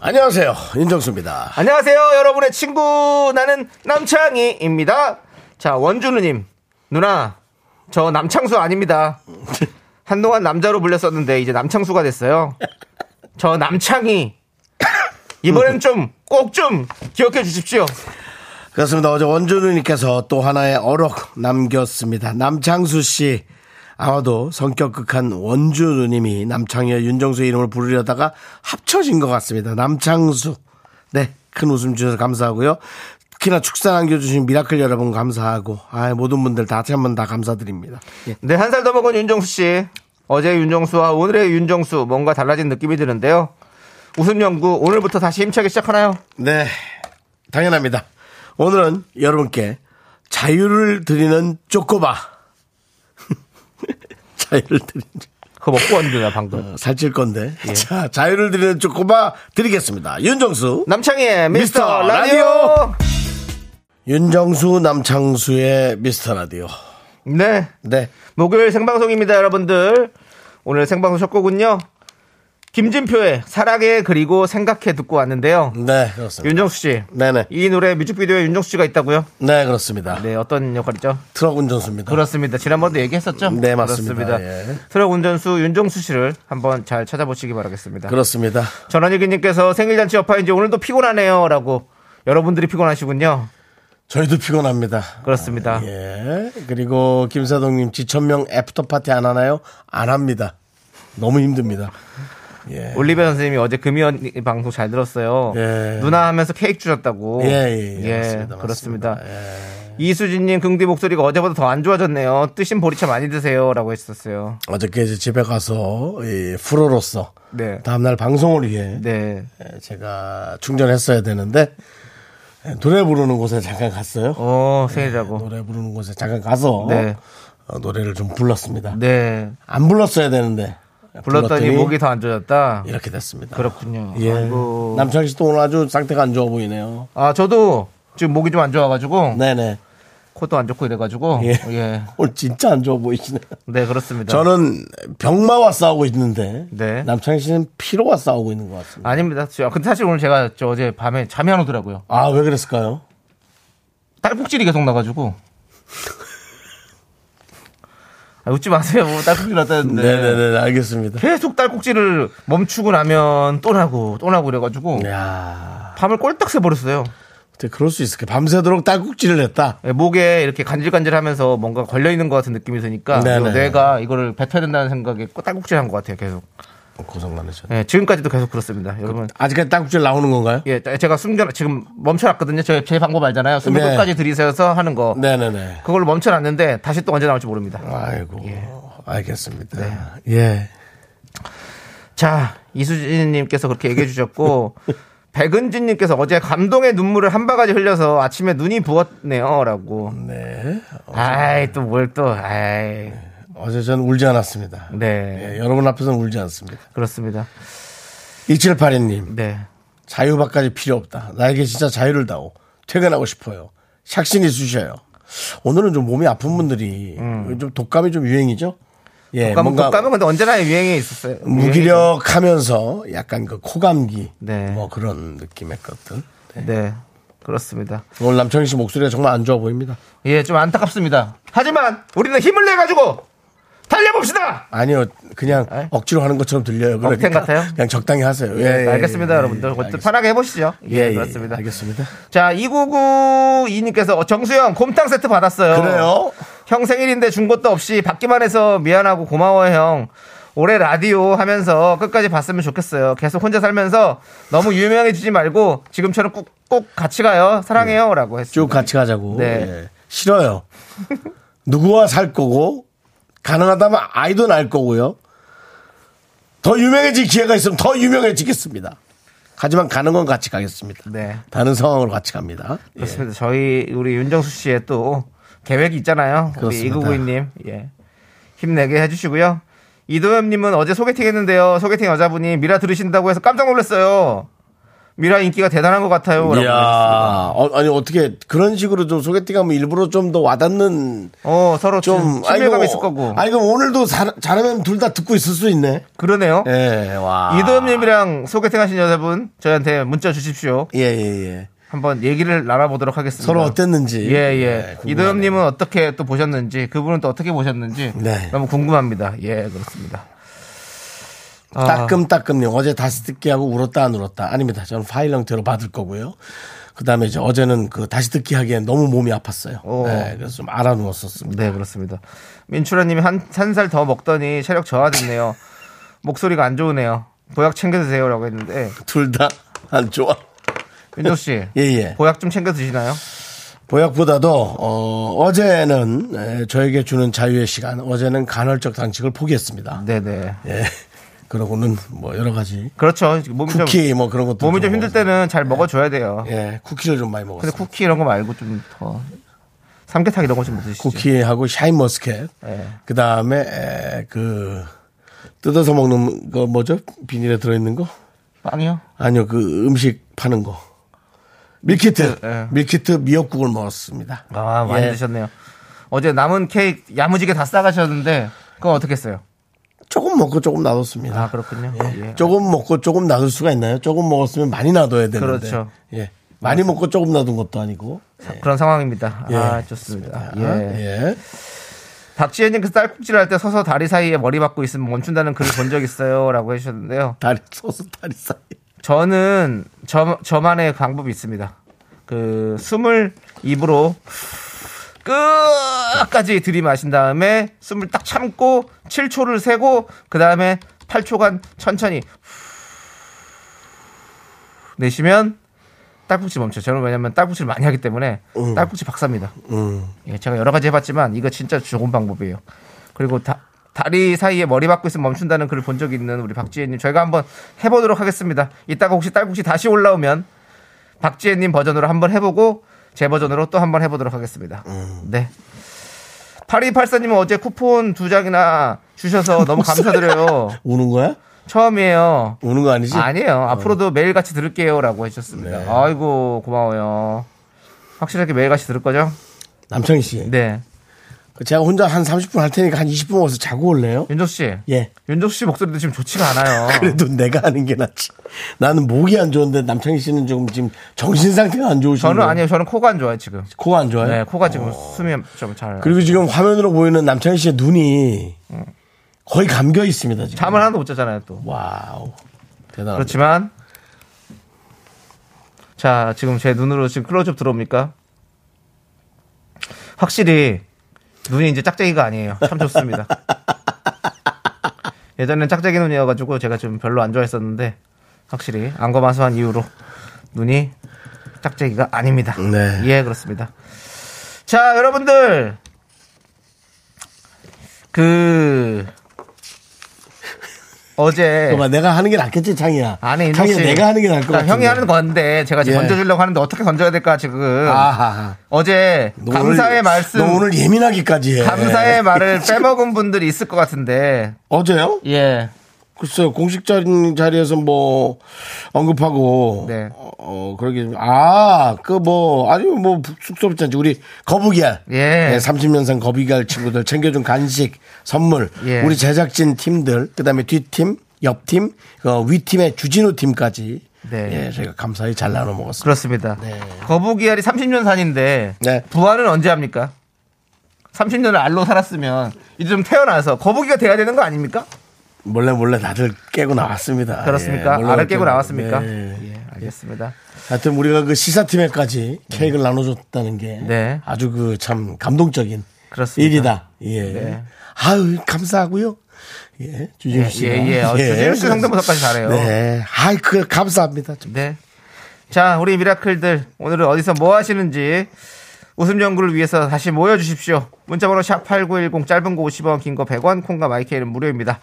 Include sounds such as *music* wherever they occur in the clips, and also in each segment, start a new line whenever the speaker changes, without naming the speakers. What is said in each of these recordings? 안녕하세요. 윤정수입니다.
안녕하세요, 여러분의 친구 나는 남창희입니다. 자, 원준우님 누나 저 남창수 *laughs* 아닙니다. 한동안 남자로 불렸었는데 이제 남창수가 됐어요. 저 남창희 이번엔 좀 꼭 좀 기억해 주십시오.
그렇습니다. 어제 원준우님께서 또 하나의 어록 남겼습니다. 남창수 씨. 아마도 성격 극한 원준우님이 남창희와 윤정수 의 이름을 부르려다가 합쳐진 것 같습니다. 남창수. 네. 큰 웃음 주셔서 감사하고요. 특히나 축산 안겨주신 미라클 여러분 감사하고, 아, 모든 분들 다시 한 번 다 감사드립니다. 예.
네, 한 살 더 먹은 윤정수 씨. 어제 윤정수와 오늘의 윤정수 뭔가 달라진 느낌이 드는데요. 웃음 연구 오늘부터 다시 힘차게 시작하나요?
네, 당연합니다. 오늘은 여러분께 자유를 드리는 쪼꼬바. *laughs* 자유를 드리는 쪼-
그거 먹고 왔는데 방금.
살찔 건데. 예. 자, 자유를 드리는 쪼꼬바 드리겠습니다. 윤정수.
남창희의 미스터
미스터
라디오.
라디오. 윤정수 남창수의 미스터 라디오.
네.
네.
목요일 생방송입니다, 여러분들. 오늘 생방송 첫 곡은요. 김진표의 사랑해 그리고 생각해 듣고 왔는데요.
네, 그렇습니다.
윤정수 씨.
네네.
이 노래 뮤직비디오에 윤정수 씨가 있다고요?
네, 그렇습니다.
네, 어떤 역할이죠?
트럭 운전수입니다.
그렇습니다. 지난번도 얘기했었죠?
네, 맞습니다.
그렇습니다.
예.
트럭 운전수 윤정수 씨를 한번 잘 찾아보시기 바라겠습니다.
그렇습니다.
전원일기님께서 생일잔치 여파인지 오늘도 피곤하네요. 라고 여러분들이 피곤하시군요.
저희도 피곤합니다.
그렇습니다.
예. 그리고 김사동님 지천명 애프터 파티 안 하나요? 안 합니다. 너무 힘듭니다. 예.
네. 올리베 선생님이 어제 금요 언니 방송 잘 들었어요.
예.
누나 하면서 케이크 주셨다고.
예, 예, 예. 맞습니다,
그렇습니다.
맞습니다. 예.
이수진님 긍디 목소리가 어제보다 더 안 좋아졌네요. 뜨신 보리차 많이 드세요라고 했었어요.
어저께 이제 집에 가서 이 프로로서
네.
다음날 방송을 위해
네.
예, 제가 충전했어야 되는데 예, 노래 부르는 곳에 잠깐 갔어요.
어 생일이라고.
노래 부르는 곳에 잠깐 가서
네.
예, 뭐, 어, 노래를 좀 불렀습니다.
네.
안 불렀어야 되는데
불렀더니 목이 더 안 좋아졌다.
이렇게 됐습니다.
그렇군요.
예.
아이고.
남창희 씨도 오늘 아주 상태가 안 좋아 보이네요.
아 저도 지금 목이 좀 안 좋아가지고
네네.
코도 안 좋고 이래가지고
예.
예.
오늘 진짜 안 좋아 보이시네요.
네 그렇습니다.
저는 병마와 싸우고 있는데
네.
남창희 씨는 피로와 싸우고 있는 것 같습니다.
아닙니다. 저- 근데 사실 오늘 제가 저 어제 밤에 잠이 안 오더라고요.
아 왜 그랬을까요?
딸꾹질이 계속 나가지고. 아, 웃지 마세요. 딸꾹질 났다는데.
네네네 알겠습니다.
계속 딸꾹질을 멈추고 나면 또 나고 또 나고 그래가지고
네. 야,
밤을 꼴딱 새버렸어요.
어떻게 그럴 수 있을까? 밤새도록 딸꾹질을 했다.
예, 목에 이렇게 간질간질하면서 뭔가 걸려 있는 것 같은 느낌이 드니까
네네.
내가 이걸 뱉어야 된다는 생각에 꼭 딸꾹질한 것 같아요. 계속.
고생 많으셨네.
예, 지금까지도 계속 그렇습니다. 여러분.
아직까지 딸꾹질 나오는 건가요?
예, 제가 숨겨 지금 멈춰놨거든요. 제, 제 방법 알잖아요. 숨을
네.
끝까지 들이세워서 하는 거.
네네네.
그걸 멈춰놨는데 다시 또 언제 나올지 모릅니다.
아이고 알겠습니다. 예.
자, 이수진님께서 그렇게 얘기해
*laughs*
주셨고, 백은진님께서 어제 감동의 눈물을 한 바가지 흘려서 아침에 눈이 부었네요. 라고.
네.
아이, 또 뭘 또, 아이.
어제 전 울지 않았습니다.
네,
예, 여러분 앞에서는 울지 않습니다.
그렇습니다.
2782님
네.
자유밖까지 필요 없다. 나에게 진짜 자유를 다오. 퇴근하고 싶어요. 샥신이 쑤셔요. 오늘은 좀 몸이 아픈 분들이 좀 독감이 좀 유행이죠. 예,
독감은,
뭔가
독감은 근데 언제나 유행에 있었어요.
무기력하면서 약간 그 코감기
네.
뭐 그런 느낌의 것들.
유행에- 네. 그렇습니다.
오늘 남창희 씨 목소리가 정말 안 좋아 보입니다.
예, 좀 안타깝습니다. 하지만 우리는 힘을 내가지고 달려봅시다!
아니요, 그냥
네.
억지로 하는 것처럼 들려요. 그러니까
같아요?
그냥 적당히 하세요. 예,
네,
예,
알겠습니다,
예,
여러분들.
예,
어쨌든
알겠습니다.
편하게 해보시죠.
예, 예,
그렇습니다.
알겠습니다.
자, 2992님께서 어, 정수영 곰탕 세트 받았어요.
그래요?
형 생일인데 준 것도 없이 받기만 해서 미안하고 고마워요, 형. 올해 라디오 하면서 끝까지 봤으면 좋겠어요. 계속 혼자 살면서 너무 유명해지지 말고 지금처럼 꼭, 꼭 같이 가요. 사랑해요. 라고 했어요.
네. 쭉 같이 가자고.
네.
예. 싫어요. 누구와 살 거고, 가능하다면 아이도 낳을 거고요. 더 유명해질 기회가 있으면 더 유명해지겠습니다. 하지만 가는 건 같이 가겠습니다.
네.
다른 상황으로 같이 갑니다. 예.
그렇습니다. 저희 우리 윤정수 씨의 또 계획이 있잖아요. 우리
그렇습니다.
이구구이님 예. 힘내게 해주시고요. 이도현님은 어제 소개팅 했는데요. 소개팅 여자분이 미라 들으신다고 해서 깜짝 놀랐어요. 미라 인기가 대단한 것 같아요. 라고
이야,
하셨습니다.
어, 아니 어떻게 그런 식으로 좀 소개팅하면 일부러 좀 더 와닿는
어 서로
좀
좀 친밀감 이 있을 거고.
아니 그럼 오늘도 잘- 잘하면 둘 다 듣고 있을 수 있네.
그러네요.
예, 와.
이도현님이랑 소개팅 하신 여자분 저희한테 문자 주십시오.
예, 예, 예.
한번 얘기를 나눠보도록 하겠습니다.
서로 어땠는지.
예, 예.
궁금하네요.
이도현님은 어떻게 또 보셨는지, 그분은 또 어떻게 보셨는지
네.
너무 궁금합니다. 예, 그렇습니다. 아,
따끔따끔님 어제 다시 듣기 하고 울었다 안 울었다 아닙니다 저는 파일 형태로 받을 거고요 그 다음에 이제 어제는 그 다시 듣기 하기엔 너무 몸이 아팠어요
오.
네, 그래서 좀 알아
*laughs*
누웠었습니다
네, 그렇습니다. 민출아님이 한, 한 살 더 먹더니 체력 저하됐네요. 목소리가 안 좋으네요. 보약 챙겨 드세요라고 했는데
둘 다 안 좋아
윤종 씨, *laughs*
예예
보약 좀 챙겨 드시나요?
보약보다도 어, 제는 예, 저에게 주는 자유의 시간 어제는 간헐적 단식을 포기했습니다
네, 네.
예 그러고는 뭐 여러 가지
그렇죠. 몸이
쿠키
좀
뭐 그런 것도
몸이 좀 힘들 때는 잘 먹어줘야 돼요.
예 쿠키를 좀 많이
근데
먹었어요
쿠키 이런 거 말고 좀 더 삼계탕 이런 거 좀 드시죠.
쿠키하고 샤인머스켓
예.
그 다음에 그 뜯어서 먹는 거 뭐죠 비닐에 들어있는 거
빵이요?
아니요, 그 음식 파는 거. 밀키트,
예.
밀키트 미역국을 먹었습니다.
아 많이
예.
드셨네요. 어제 남은 케이크 야무지게 다 싸가셨는데 그거 어떻게 했어요?
조금 먹고 조금 놔뒀습니다.
아 그렇군요. 예.
조금 먹고 조금 놔둘 수가 있나요? 조금 먹었으면 많이 놔둬야 되는데.
그렇죠.
예. 많이 먹고 조금 놔둔 것도 아니고.
그런 상황입니다. 아
예.
좋습니다.
아,
예.
예.
박지현님 그 쌀국질 할 때 서서 다리 사이에 머리 박고 있으면 멈춘다는 글을 본 적 있어요라고 *laughs* 해주셨는데요.
다리, 소스 다리 사이.
저는 저 저만의 방법이 있습니다. 그 숨을 입으로 끝까지 들이마신 다음에 숨을 딱 참고 7초를 세고 그 다음에 8초간 천천히 내쉬면 딸꾹질 멈춰요. 저는 왜냐면 딸꾹질 많이 하기 때문에 딸꾹질 박사입니다. 예, 제가 여러 가지 해봤지만 이거 진짜 좋은 방법이에요. 그리고 다, 다리 사이에 머리 박고 있으면 멈춘다는 글을 본 적이 있는 우리 박지혜님 저희가 한번 해보도록 하겠습니다. 이따가 혹시 딸꾹질 다시 올라오면 박지혜님 버전으로 한번 해보고 제 버전으로 또 한번 해보도록 하겠습니다. 네. 8284님은 어제 쿠폰 두 장이나 주셔서 너무 감사드려요.
우는 거야?
처음이에요.
우는 거 아니지?
아니에요. 앞으로도 매일 같이 들을게요라고 해주셨습니다. 아이고 고마워요. 확실하게 매일 같이 들을 거죠?
남창희 씨.
네.
제가 혼자 한 30분 할 테니까 한 20분 와서 자고 올래요?
윤정 씨.
예.
윤정 씨 목소리도 지금 좋지가 않아요.
*laughs* 그래도 내가 하는 게 낫지. 나는 목이 안 좋은데 남창희 씨는 조금 지금 정신 상태가 안 좋으신데.
저는 아니에요. 저는 코가 안 좋아요 지금.
코가 안 좋아요? 어.
네, 코가 지금 숨이 좀 잘.
그리고 지금 화면으로 보이는 남창희 씨의 눈이 거의 감겨 있습니다. 지금.
잠을 하나도 못 음. 자잖아요 또.
와우. 대단하다.
그렇지만 자 지금 제 눈으로 지금 클로즈업 들어옵니까? 확실히 눈이 이제 짝짝이가 아니에요. 참 좋습니다.
*laughs*
예전엔 짝짝이 눈이어가지고 제가 좀 별로 안 좋아했었는데 확실히 안검하수한 이후로 눈이 짝짝이가 아닙니다.
네.
예 그렇습니다. 자 여러분들 그 어제
그만, 내가 하는 게 낫겠지, 창희야.
아니, 인정
창희
씨.
내가 하는 게 나을 것
그러니까
같아.
형이 하는 건데 제가 지금
예.
던져주려고 하는데 어떻게 던져야 될까 지금.
아하하.
어제
너
감사의
오늘-
말씀,
너 오늘 예민하기까지 해. *laughs*
감사의 말을 빼먹은 분들이 있을 것 같은데.
어제요?
예.
글쎄요, 공식 자리, 자리에서 뭐, 언급하고.
네.
어, 어, 그러게. 좀- 아, 그 뭐, 아니, 뭐, 숙소업자지 우리 거북이알. 네,
예.
30년생 거북이알 친구들 챙겨준 간식, 선물.
예.
우리 제작진 팀들, 그 다음에 뒷팀, 옆팀, 어, 위팀의 주진우 팀까지.
네.
예, 저희가 감사히 잘 나눠 먹었습니다.
그렇습니다. 거북이알이 30년 산인데
네.
부활은 언제 합니까? 30년을 알로 살았으면 이제 좀 태어나서 거북이가 돼야 되는 거 아닙니까?
몰래 몰래 다들 깨고 나왔습니다. 예,
아, 그렇습니까?
몰래
알을
몰래
깨고 나왔습니까?
네.
예, 알겠습니다.
하여튼 우리가 그 시사팀에까지 케이크를 나눠줬다는 게
네.
아주 그 참 감동적인
그렇습니다.
일이다. 예.
네.
아유 감사하고요. 예, 주진우 씨.
예, 예. 어, 주진우 씨 성대모사까지 잘해요.
네, 아이 그 감사합니다. 좀.
네. 자, 우리 미라클들 오늘은 어디서 뭐 하시는지 웃음 연구를 위해서 다시 모여주십시오. 문자번호 샵 8910 짧은 거 50원 긴 거 100원 콩과 마이케이는 무료입니다.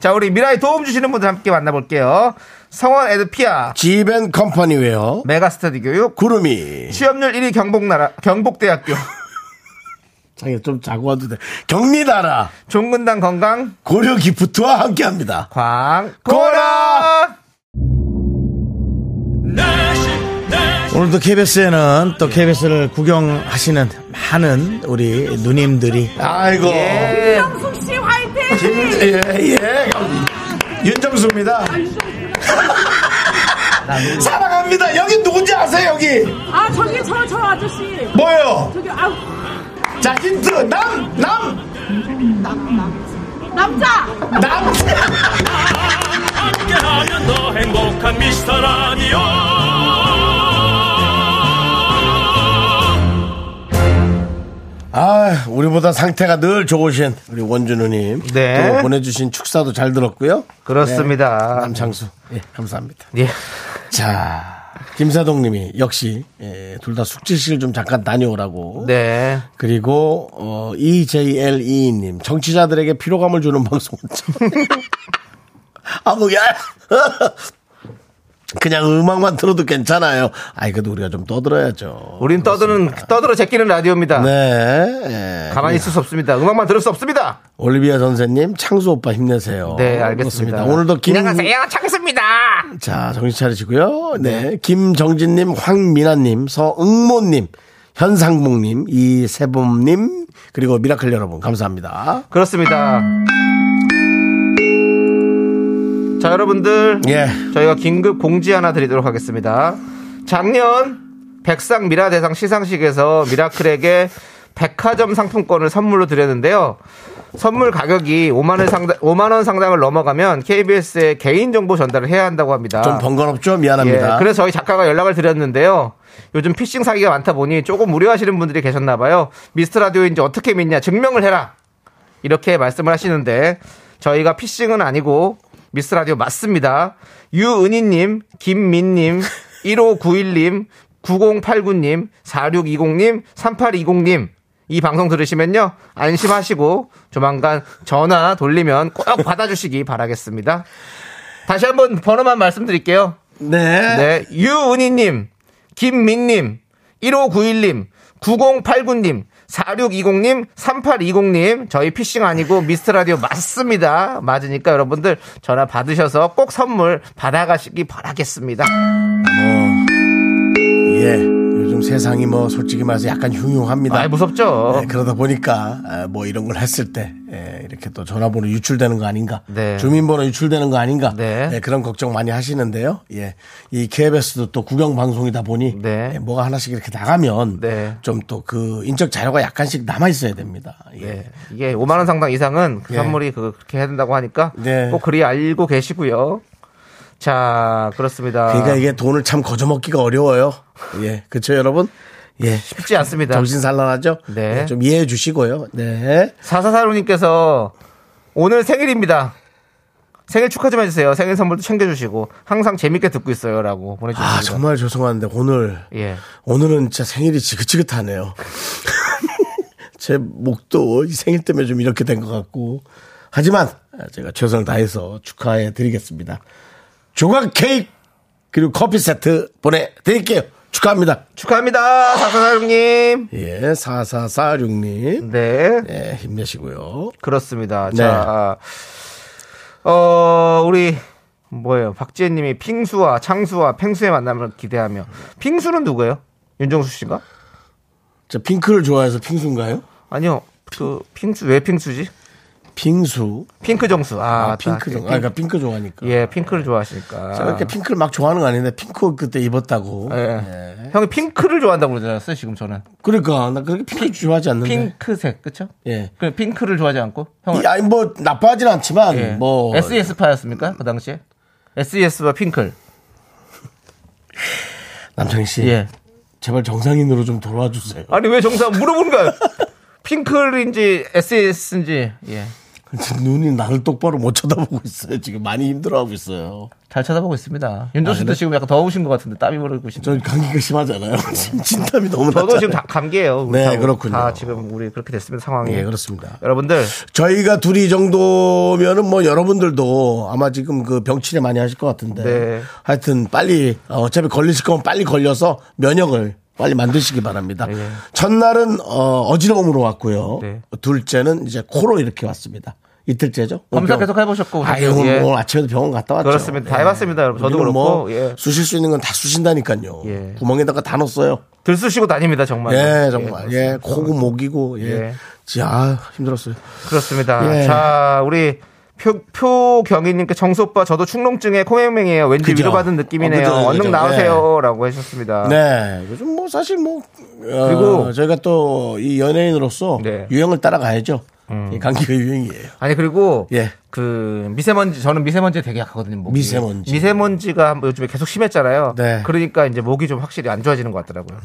자 우리 미라에 도움 주시는 분들 함께 만나볼게요. 성원 에드피아
지벤 컴퍼니웨어
메가스터디 교육
구름이
취업률 1위 경복나라 경복대학교 *laughs*
자기 좀 자고 와도 돼 경리나라
종근당 건강
고려 기프트와 함께합니다
광고라
오늘도 KBS에는 또 KBS를 구경하시는 많은 우리 누님들이
아이고
예.
씨 화이팅!
예예
아,
윤정수입니다 *laughs* 사랑합니다 여기 누군지 아세요 여기
아 저기 저 저 아저씨
뭐예요
저기 아
자 힌트 남남
남자
남.
함께하면 더 행복한 미스터 라디오
아, 우리보다 상태가 늘 좋으신 우리 원주 누님.
네.
또 보내주신 축사도 잘 들었고요.
그렇습니다.
남창수. 예, 감사합니다.
예.
자, 김사동 님이 역시, 예, 둘 다 숙제실 좀 잠깐 다녀오라고.
네.
그리고, 어, EJLE 님. 정치자들에게 피로감을 주는 방송은 참. *laughs* 아, 뭐, 야! *laughs* 그냥 음악만 들어도 괜찮아요. 아이, 그래도 우리가 좀 떠들어야죠.
우린 떠드는 떠들어 제끼는 라디오입니다.
네. 예.
가만히 있을 수 없습니다. 음악만 들을 수 없습니다.
올리비아 선생님, 창수 오빠 힘내세요.
네, 알겠습니다.
그렇습니다. 오늘도 김,
안녕하세요, 창수입니다.
자, 정신 차리시고요. 네. 김정진님, 황민아님, 서응모님, 현상봉님, 이세범님, 그리고 미라클 여러분, 감사합니다.
그렇습니다. 자, 여러분들
예.
저희가 긴급 공지 하나 드리도록 하겠습니다. 작년 백상 미라 대상 시상식에서 미라클에게 백화점 상품권을 선물로 드렸는데요. 선물 가격이 5만 원 상당 5만 원 상당을 넘어가면 KBS에 개인 정보 전달을 해야 한다고 합니다.
좀 번거롭죠? 미안합니다.
아. 예, 그래서 저희 작가가 연락을 드렸는데요. 요즘 피싱 사기가 많다 보니 조금 우려하시는 분들이 계셨나 봐요. 미스터 라디오인지 어떻게 믿냐 증명을 해라. 이렇게 말씀을 하시는데 저희가 피싱은 아니고 미스터 라디오 맞습니다. 유은희 님, 김민 님, 1591 님, 9089 님, 4620 님, 3820 님. 이 방송 들으시면요. 안심하시고 조만간 전화 돌리면 꼭 받아 주시기 바라겠습니다. 다시 한번 번호만 말씀드릴게요.
네.
네. 유은희님, 김민님, 1591님, 9089님, 4620님, 3820님, 저희 피싱 아니고 미스트라디오 맞습니다. 맞으니까 여러분들 전화 받으셔서 꼭 선물 받아가시기 바라겠습니다.
예. 요즘 세상이 뭐 솔직히 말해서 약간 흉흉합니다.
아이, 무섭죠?
네, 그러다 보니까 아, 뭐 이런 걸 했을 때 예, 이렇게 또 전화번호 유출되는 거 아닌가,
네.
주민번호 유출되는 거 아닌가,
네.
예, 그런 걱정 많이 하시는데요. 예, 이 KBS도 또 구경 방송이다 보니
네.
예, 뭐가 하나씩 이렇게 나가면
네.
좀 또 그 인적 자료가 약간씩 남아 있어야 됩니다. 예.
네. 이게 5만원 상당 이상은 그
예.
선물이 그- 그렇게 해야 된다고 하니까
네.
꼭 그리 알고 계시고요. 자, 그렇습니다.
그러니까 이게 돈을 참 거저먹기가 어려워요. 예, 그렇죠, 여러분. 예,
쉽지 않습니다.
정신 산란하죠.
네.
예, 좀 이해해 주시고요. 네.
사사사로님께서 오늘 생일입니다. 생일 축하 좀 해주세요. 생일 선물도 챙겨주시고 항상 재밌게 듣고 있어요라고 보내주셨습니다.
아 정말 죄송한데 오늘
예.
오늘은 진짜 생일이 지긋지긋하네요. *laughs* 제 목도 이 생일 때문에 좀 이렇게 된 것 같고 하지만 제가 최선을 다해서 축하해 드리겠습니다. 조각 케이크 그리고 커피 세트 보내드릴게요. 축하합니다.
축하합니다, 사사사로님.
예, 4446님.
네,
예, 힘내시고요. 네.
그렇습니다. 자, 어 우리 뭐예요? 박지혜님이 핑수와 창수와 팽수의 만남을 기대하며 핑수는 누구예요? 윤정수 씨가?
저 핑크를 좋아해서 핑수인가요?
아니요. 그 핑수 왜 핑수지?
핑수.
핑크 정수. 아,
아,
맞다.
핑크 좋아. 아, 그러니까 핑크 좋아하니까.
예, 핑크를 좋아하시니까.
제가 이렇게 핑크를 막 좋아하는 거 아닌데 핑크 옷 그때 입었다고.
예. 형이 핑크를 좋아한다고 그러잖아요, 지금 저는.
그러니까 나 그렇게 핑크 좋아하지 않는데.
핑크색, 그쵸?
예.
그 핑크를 좋아하지 않고? 형은?
이, 아니 뭐 나빠하진 않지만
예.
뭐
SES파였습니까? 그 당시에? E SES와 핑클.
남창희 씨
예.
제발 정상인으로 좀 예. 돌아와 주세요.
*laughs* 아니, 왜 정상 물어보는 거야? 핑클인지 SES인지, E 예.
눈이 나를 똑바로 못 쳐다보고 있어요. 지금 많이 힘들어하고 있어요.
잘 쳐다보고 있습니다.
아,
윤정수 씨도 지금 약간 더우신 것 같은데 땀이 흐르고 있습니다.
전 감기가 심하잖아요. 지금 *laughs* 진땀이 너무 나잖아요.
어. 저도 지금 다 감기예요.
네,
다,
그렇군요.
다 지금 우리 그렇게 됐습니다 상황이.
예, 그렇습니다.
여러분들
저희가 둘이 이 정도면은 뭐 여러분들도 아마 지금 그 병치레 많이 하실 것 같은데
네.
하여튼 빨리 어, 어차피 걸리실 거면 빨리 걸려서 면역을 빨리 만드시기 바랍니다. 첫날은 어, 지러움으로 왔고요.
네.
둘째는 이제 코로 이렇게 왔습니다. 이틀째죠? 뭐
검사
병-
계속 해보셨고
아유,
예.
오늘 아침에도 병원 갔다 왔죠.
그렇습니다. 다 해봤습니다, 여러분. 저도
우리는 뭐
그렇고, 예.
쑤실 수 있는 건 다 쑤신다니까요.
예.
구멍에다가 다 넣었어요.
들쑤시고 다닙니다 정말.
예, 정말. 예,
그렇습니다.
코고 목이고, 예.
예.
지- 아, 힘들었어요.
그렇습니다.
예.
자, 우리 표, 표경희님께 정수오빠 저도 충농증에 코맹맹이에요. 왠지
그죠.
위로받은 느낌이네요.
어, 그죠,
얼른
그죠.
나오세요. 라고 하셨습니다.
네. 요즘 뭐 사실 뭐 그리고
아. 그리고-
저희가 또 이 연예인으로서
네. 음.
유행을 따라가야죠. 이 감기가 유행이에요.
아니, 그리고
예.
그 미세먼지, 저는 미세먼지 되게 약하거든요. 목이.
미세먼지.
미세먼지가 한번 요즘에 계속 심했잖아요.
네. 음.
그러니까 이제 목이 좀 확실히 안 좋아지는 것 같더라고요.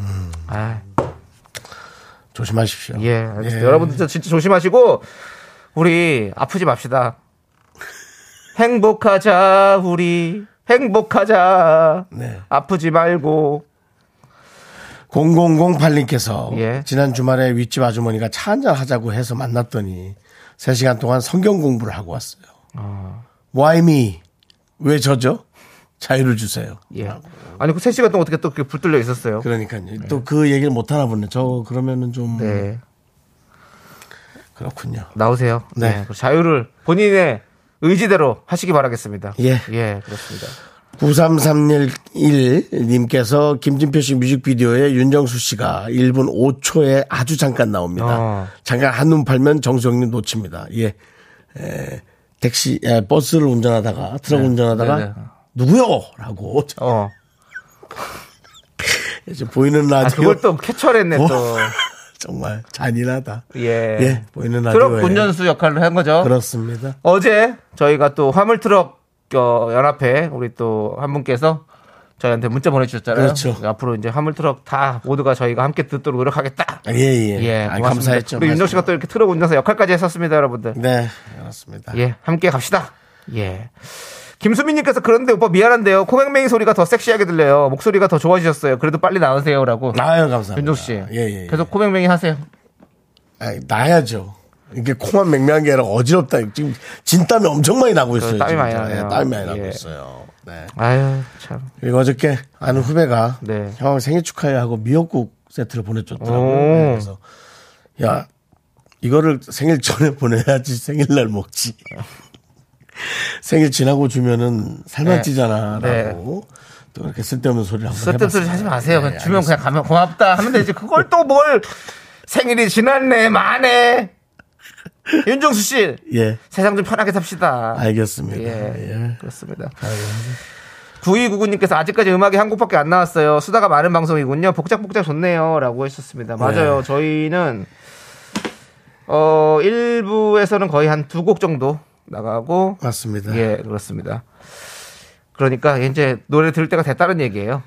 아,
조심하십시오.
예. 알겠습니다. 여러분들 진짜, 진짜 조심하시고 우리 아프지 맙시다. 행복하자 우리 행복하자.
네.
아프지 말고
0008님께서
예.
지난 주말에 윗집 아주머니가 차 한잔 하자고 해서 만났더니 3시간 동안 성경 공부를 하고 왔어요.
아.
Why me? 왜 저죠? 자유를 주세요.
예. 아니 그 3시간 동안 어떻게 또 그렇게 불뚫려 있었어요?
그러니까요. 또 그 얘기를 못 하나 보네. 저 그러면은 좀
네.
그렇군요.
나오세요.
네.
네. 그 자유를 본인의 의지대로 하시기 바라겠습니다.
예.
예, 그렇습니다.
93311님께서 김진표 씨 뮤직비디오에 윤정수 씨가 1분 5초에 아주 잠깐 나옵니다.
어.
잠깐 한눈 팔면 정수영님 놓칩니다. 예. 에, 택시, 에, 버스를 운전하다가, 트럭 운전하다가,
네, 네.
누구요? 라고.
어.
이제 보이는
아,
라디오.
그걸 또 캐처를 했네
뭐?
또.
*laughs* 정말 잔인하다.
예.
예, 보이는 *laughs* 라디오.
트럭 운전수 역할을 한 거죠.
그렇습니다.
어제 저희가 또 화물트럭 어, 연합회 우리 또 한 분께서 저희한테 문자 보내주셨잖아요.
그렇죠.
앞으로 이제 화물트럭 다 모두가 저희가 함께 듣도록 노력하겠다.
예, 예.
예,
아,
고맙습니다.
감사했죠.
그리고 윤정 씨가 또 이렇게 트럭 운전사 역할까지 했었습니다, 여러분들.
네, 그렇습니다.
예, 함께 갑시다. 예. 김수민님께서 그런데 오빠 미안한데요. 코맹맹이 소리가 더 섹시하게 들려요. 목소리가 더 좋아지셨어요. 그래도 빨리 나으세요라고.
아유, 감사합니다.
윤종 씨,
예, 예. 예.
계속 코맹맹이 하세요.
아니, 나야죠. 이게 콩만 맹맹한 게 아니라 어지럽다. 지금 진땀이 엄청 많이 나고 있어요.
그래요, 땀이
진짜.
많이 나네요.
예, 땀이 많이 나고
예.
있어요. 네.
아유 참.
그리고 어저께 아는 후배가
네.
형 생일 축하해 하고 미역국 세트를 보내줬더라고요.
오.
네, 그래서 야 이거를 생일 전에 *laughs* 보내야지 생일날 먹지. *laughs* 생일 지나고 주면은 살만
네.
찌잖아라고 또 그렇게 쓸데없는 소리를 한번
쓸데없는 소리
해봤어요.
하지 마세요. 그냥
예,
주면 그냥 가면 고맙다 하면 되지. 그걸 또 뭘 생일이 지났네 만에.
*laughs*
윤종수 씨,
예,
세상 좀 편하게 삽시다.
알겠습니다. 예.
예, 그렇습니다. 9299님께서 아직까지 음악이 한 곡밖에 안 나왔어요. 수다가 많은 방송이군요. 복작복작 좋네요. 라고 했었습니다. 맞아요.
네.
저희는, 어, 1부에서는 거의 한 두 곡 정도 나가고,
맞습니다.
예, 그렇습니다. 그러니까 이제 노래 들을 때가 됐다는 얘기예요.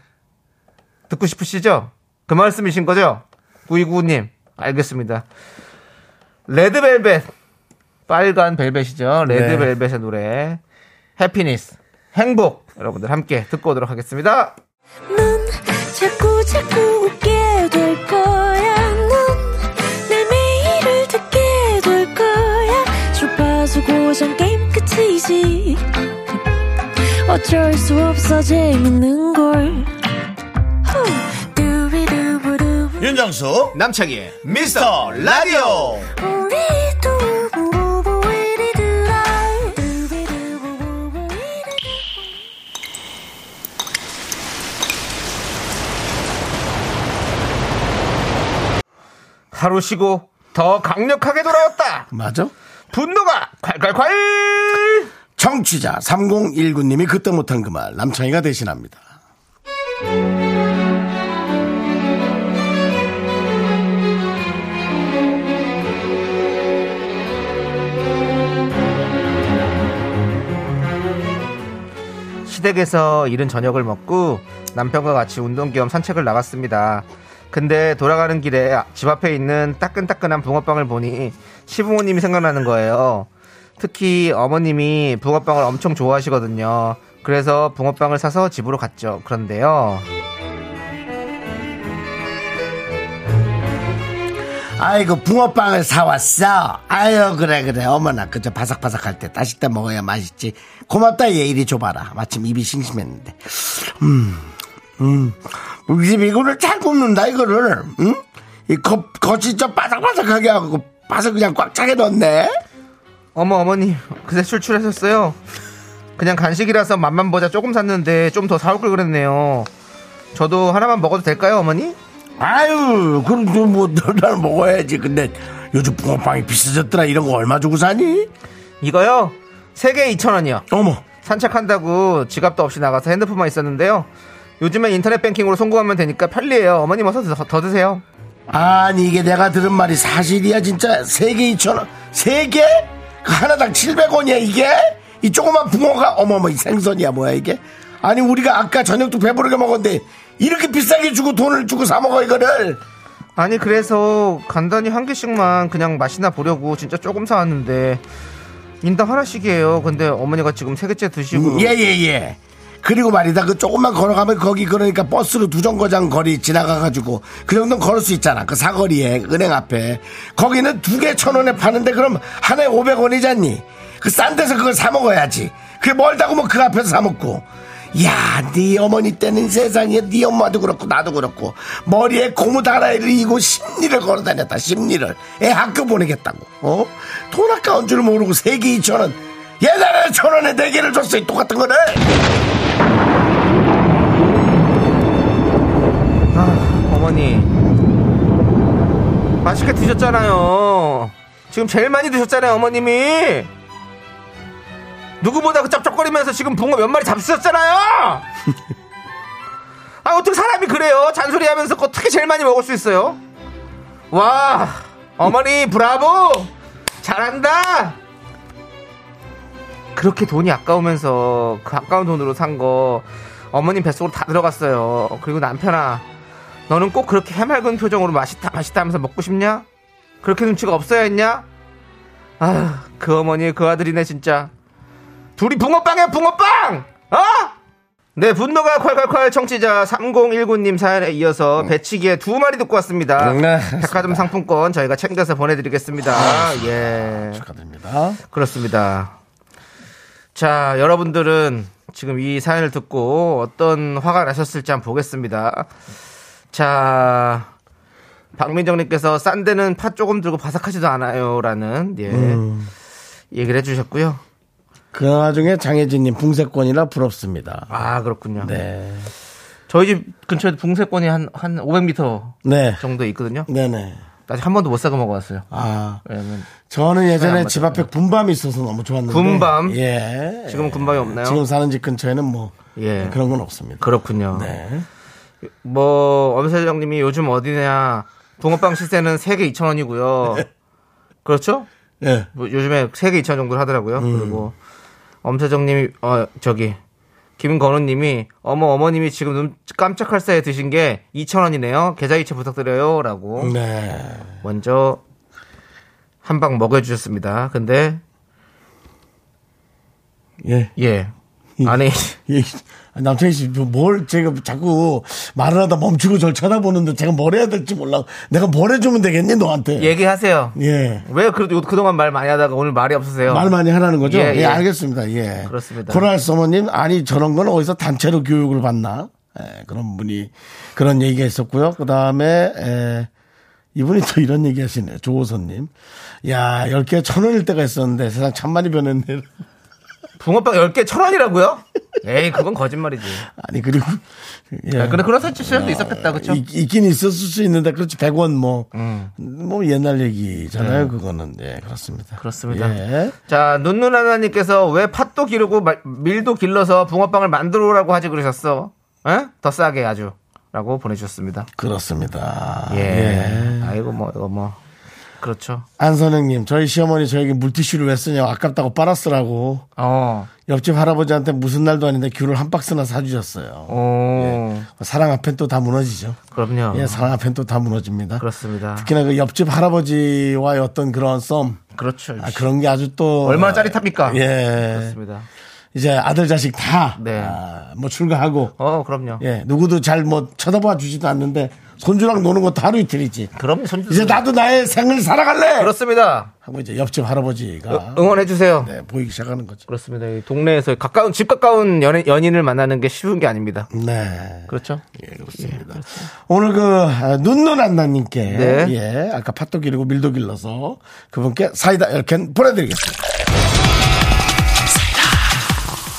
듣고 싶으시죠? 그 말씀이신 거죠? 9299님, 알겠습니다. 레드벨벳, 빨간 벨벳이죠. 레드벨벳의 노래, 해피니스, 행복, 여러분들 함께 듣고 오도록 하겠습니다.
넌 자꾸 자꾸 웃게 될 거야. 넌내 매일을 듣게 될 거야. 주파수 고정 게임 끝이지. 어쩔 수 없어 재밌는 걸. 후. 두비두부두.
윤정수
남창희의
미스터 라디오
우리 두부부부 우리 두라. 두비두부부부 우리 두라.
하루 쉬고 더 강력하게 돌아왔다.
맞아?
분노가 콸콸콸!
청취자 3019님이 그때 못한 그 말 남창희가 대신합니다.
시댁에서 이른 저녁을 먹고 남편과 같이 운동 겸 산책을 나갔습니다. 근데 돌아가는 길에 집 앞에 있는 따끈따끈한 붕어빵을 보니 시부모님이 생각나는 거예요. 특히 어머님이 붕어빵을 엄청 좋아하시거든요. 그래서 붕어빵을 사서 집으로 갔죠. 그런데요.
아이고 붕어빵을 사왔어 아유 그래 그래 어머나 그저 바삭바삭할 때 다시 때 먹어야 맛있지 고맙다 얘 이리 줘봐라 마침 입이 심심했는데 음, 음음 우리 집 이거를 잘 굽는다 이거를 음이 겉이 좀 바삭바삭하게 하고 바삭 그냥 꽉 차게 넣었네
어머 어머님 그새 출출하셨어요 그냥 간식이라서 맛만 보자 조금 샀는데 좀 더 사올 걸 그랬네요 저도 하나만 먹어도 될까요 어머니?
아유 그럼 좀뭐날 먹어야지 근데 요즘 붕어빵이 비싸졌더라 이런 거 얼마 주고 사니
이거요 3개 2천원이요
어머
산책한다고 지갑도 없이 나가서 핸드폰만 있었는데요 요즘엔 인터넷 뱅킹으로 송금하면 되니까 편리해요 어머님 어서 더, 더 드세요
아니 이게 내가 들은 말이 사실이야 진짜 세개 2천원 세개 하나당 700원이야 이게? 이 조그만 붕어가 어머머 이 생선이야 뭐야 이게? 아니 우리가 아까 저녁도 배부르게 먹었는데 이렇게 비싸게 주고 돈을 주고 사 먹어 이거를
아니 그래서 간단히 한 개씩만 그냥 맛이나 보려고 진짜 조금 사왔는데 인당 하나씩이에요 근데 어머니가 지금 3개째 드시고
음. 예예예 그리고 말이다 그 조금만 걸어가면 거기 그러니까 버스로 두 정거장 거리 지나가가지고 그 정도는 걸을 수 있잖아 그 사거리에 은행 앞에 거기는 두 개 천 원에 파는데 그럼 하나에 오백 원이잖니 그 싼 데서 그걸 사 먹어야지 그게 멀다고 뭐 그 앞에서 사 먹고 야네 어머니 때는 세상에 네 엄마도 그렇고 나도 그렇고 머리에 고무 다라이를 이고 심리를 걸어 다녔다 심리를 애 학교 보내겠다고 어? 돈 아까운 줄 모르고 세개 이천 원 옛날에 천 원에 네 개를 줬어 이 똑같은 거를
아, 어머니. 맛있게 드셨잖아요. 지금 제일 많이 드셨잖아요, 어머님이. 누구보다 그 쩝쩝거리면서 지금 붕어 몇 마리 잡수셨잖아요! *laughs* 아, 어떻게 사람이 그래요? 잔소리 하면서 어떻게 제일 많이 먹을 수 있어요? 와, 어머니, 브라보! 잘한다! 그렇게 돈이 아까우면서 그 아까운 돈으로 산 거 어머님 뱃속으로 다 들어갔어요. 그리고 남편아, 너는 꼭 그렇게 해맑은 표정으로 맛있다 맛있다 하면서 먹고 싶냐? 그렇게 눈치가 없어야 했냐? 아, 그 어머니 그 아들이네 진짜. 둘이 붕어빵이야 붕어빵! 어? 네, 분노가 콸콸콸 청취자 3019님 사연에 이어서 배치기에 두 마리 듣고 왔습니다.
음. 네,
백화점 상품권 저희가 챙겨서 보내드리겠습니다. 예.
아, 축하드립니다.
그렇습니다. 자, 여러분들은 지금 이 사연을 듣고 어떤 화가 나셨을지 한번 보겠습니다. 자, 박민정님께서 싼 데는 팥 조금 들고 바삭하지도 않아요라는 예, 얘기를 해주셨고요.
그 와중에 장혜진님 붕세권이라 부럽습니다.
아 그렇군요.
네,
저희 집 근처에 붕세권이 한 한 500m
네,
정도 있거든요.
네네.
아직 한 번도 못 사고 먹어봤어요.
아,
왜냐면
저는 예전에
맞아요.
집 앞에 군밤이 있어서 너무 좋았는데.
군밤?
예.
지금은 군밤이 없나요?
지금 사는 집 근처에는 뭐
예.
그런 건 없습니다.
그렇군요.
네.
뭐 엄세정님이 요즘 어디냐 붕어빵 시세는 3개 2천 원이고요.
네.
그렇죠?
예.
뭐 요즘에 3개 2천 원 정도 하더라고요.
음.
그리고 엄세정님이 어 저기 김건우님이 어머 어머님이 지금 눈 깜짝할 사이에 드신 게 2천 원이네요. 계좌 이체 부탁드려요라고
네.
먼저 한 방 먹여주셨습니다. 근데
예.
예
예. *laughs*
아니
예. 남창희 씨뭐 뭘 제가 자꾸 말을 하다 멈추고 절 쳐다보는데 제가 뭘 해야 될지 몰라. 내가 뭘 해주면 되겠니 너한테?
얘기하세요.
예.
왜 그래도 그동안 말 많이 하다가 오늘 말이 없으세요?
말 많이 하라는 거죠?
예,
예,
예.
알겠습니다. 예.
그렇습니다.
코랄 서머님, 아니, 저런 건 어디서 단체로 교육을 받나? 예, 그런 분이, 그런 얘기가 있었고요. 그 다음에, 예, 이분이 또 이런 얘기 하시네요. 조호선님. 야, 10개 천 원일 때가 있었는데 세상 참 많이 변했네. *laughs*
붕어빵 10개 천 원이라고요? 에이, 그건 거짓말이지.
아니, 그리고, 예.
아, 근데 그런 사실도 있었겠다, 그쵸?
있- 있긴 있었을 수 있는데, 그렇지. 100원 뭐,
음.
뭐 옛날 얘기잖아요. 그거는. 예, 그렇습니다.
네. 그렇습니다.
예.
자, 눈누나나님께서 왜 팥도 기르고 말- 밀도 길러서 붕어빵을 만들어 오라고 하지 그러셨어? 에? 더 싸게 아주. 라고 보내주셨습니다.
그렇습니다.
예.
예.
아이고, 뭐, 이거 뭐. 그렇죠.
안선영님, 저희 시어머니 저에게 물티슈를 왜 쓰냐고 아깝다고 빨았으라고
어,
옆집 할아버지한테 무슨 날도 아닌데 귤을 한 박스나 사주셨어요.
어,
사랑 앞엔 또 다 무너지죠.
그럼요.
예, 사랑 앞엔 또 다 무너집니다.
그렇습니다.
특히나 그 옆집 할아버지와의 어떤 그런 썸,
그렇죠.
아, 그런 게 아주 또
얼마나 짜릿합니까?
예,
그렇습니다.
이제 아들 자식 다,
네.
아, 뭐 출가하고,
어, 그럼요.
예, 누구도 잘 뭐 쳐다봐 주지도 않는데 손주랑 노는 것도 하루 이틀이지.
그럼요, 손주.
이제 나도 나의 생을 살아갈래.
그렇습니다. 어,
하고 이제 옆집 할아버지가
응원해 주세요.
네, 보이기 시작하는 거죠.
그렇습니다. 이 동네에서 가까운 집 가까운 연인, 연인을 만나는 게 쉬운 게 아닙니다.
네.
그렇죠?
예, 그렇습니다. 오늘 그, 아, 눈눈안나님께,
네.
예, 아까 팥도 기르고 밀도 길러서 그분께 사이다 이렇게 보내드리겠습니다.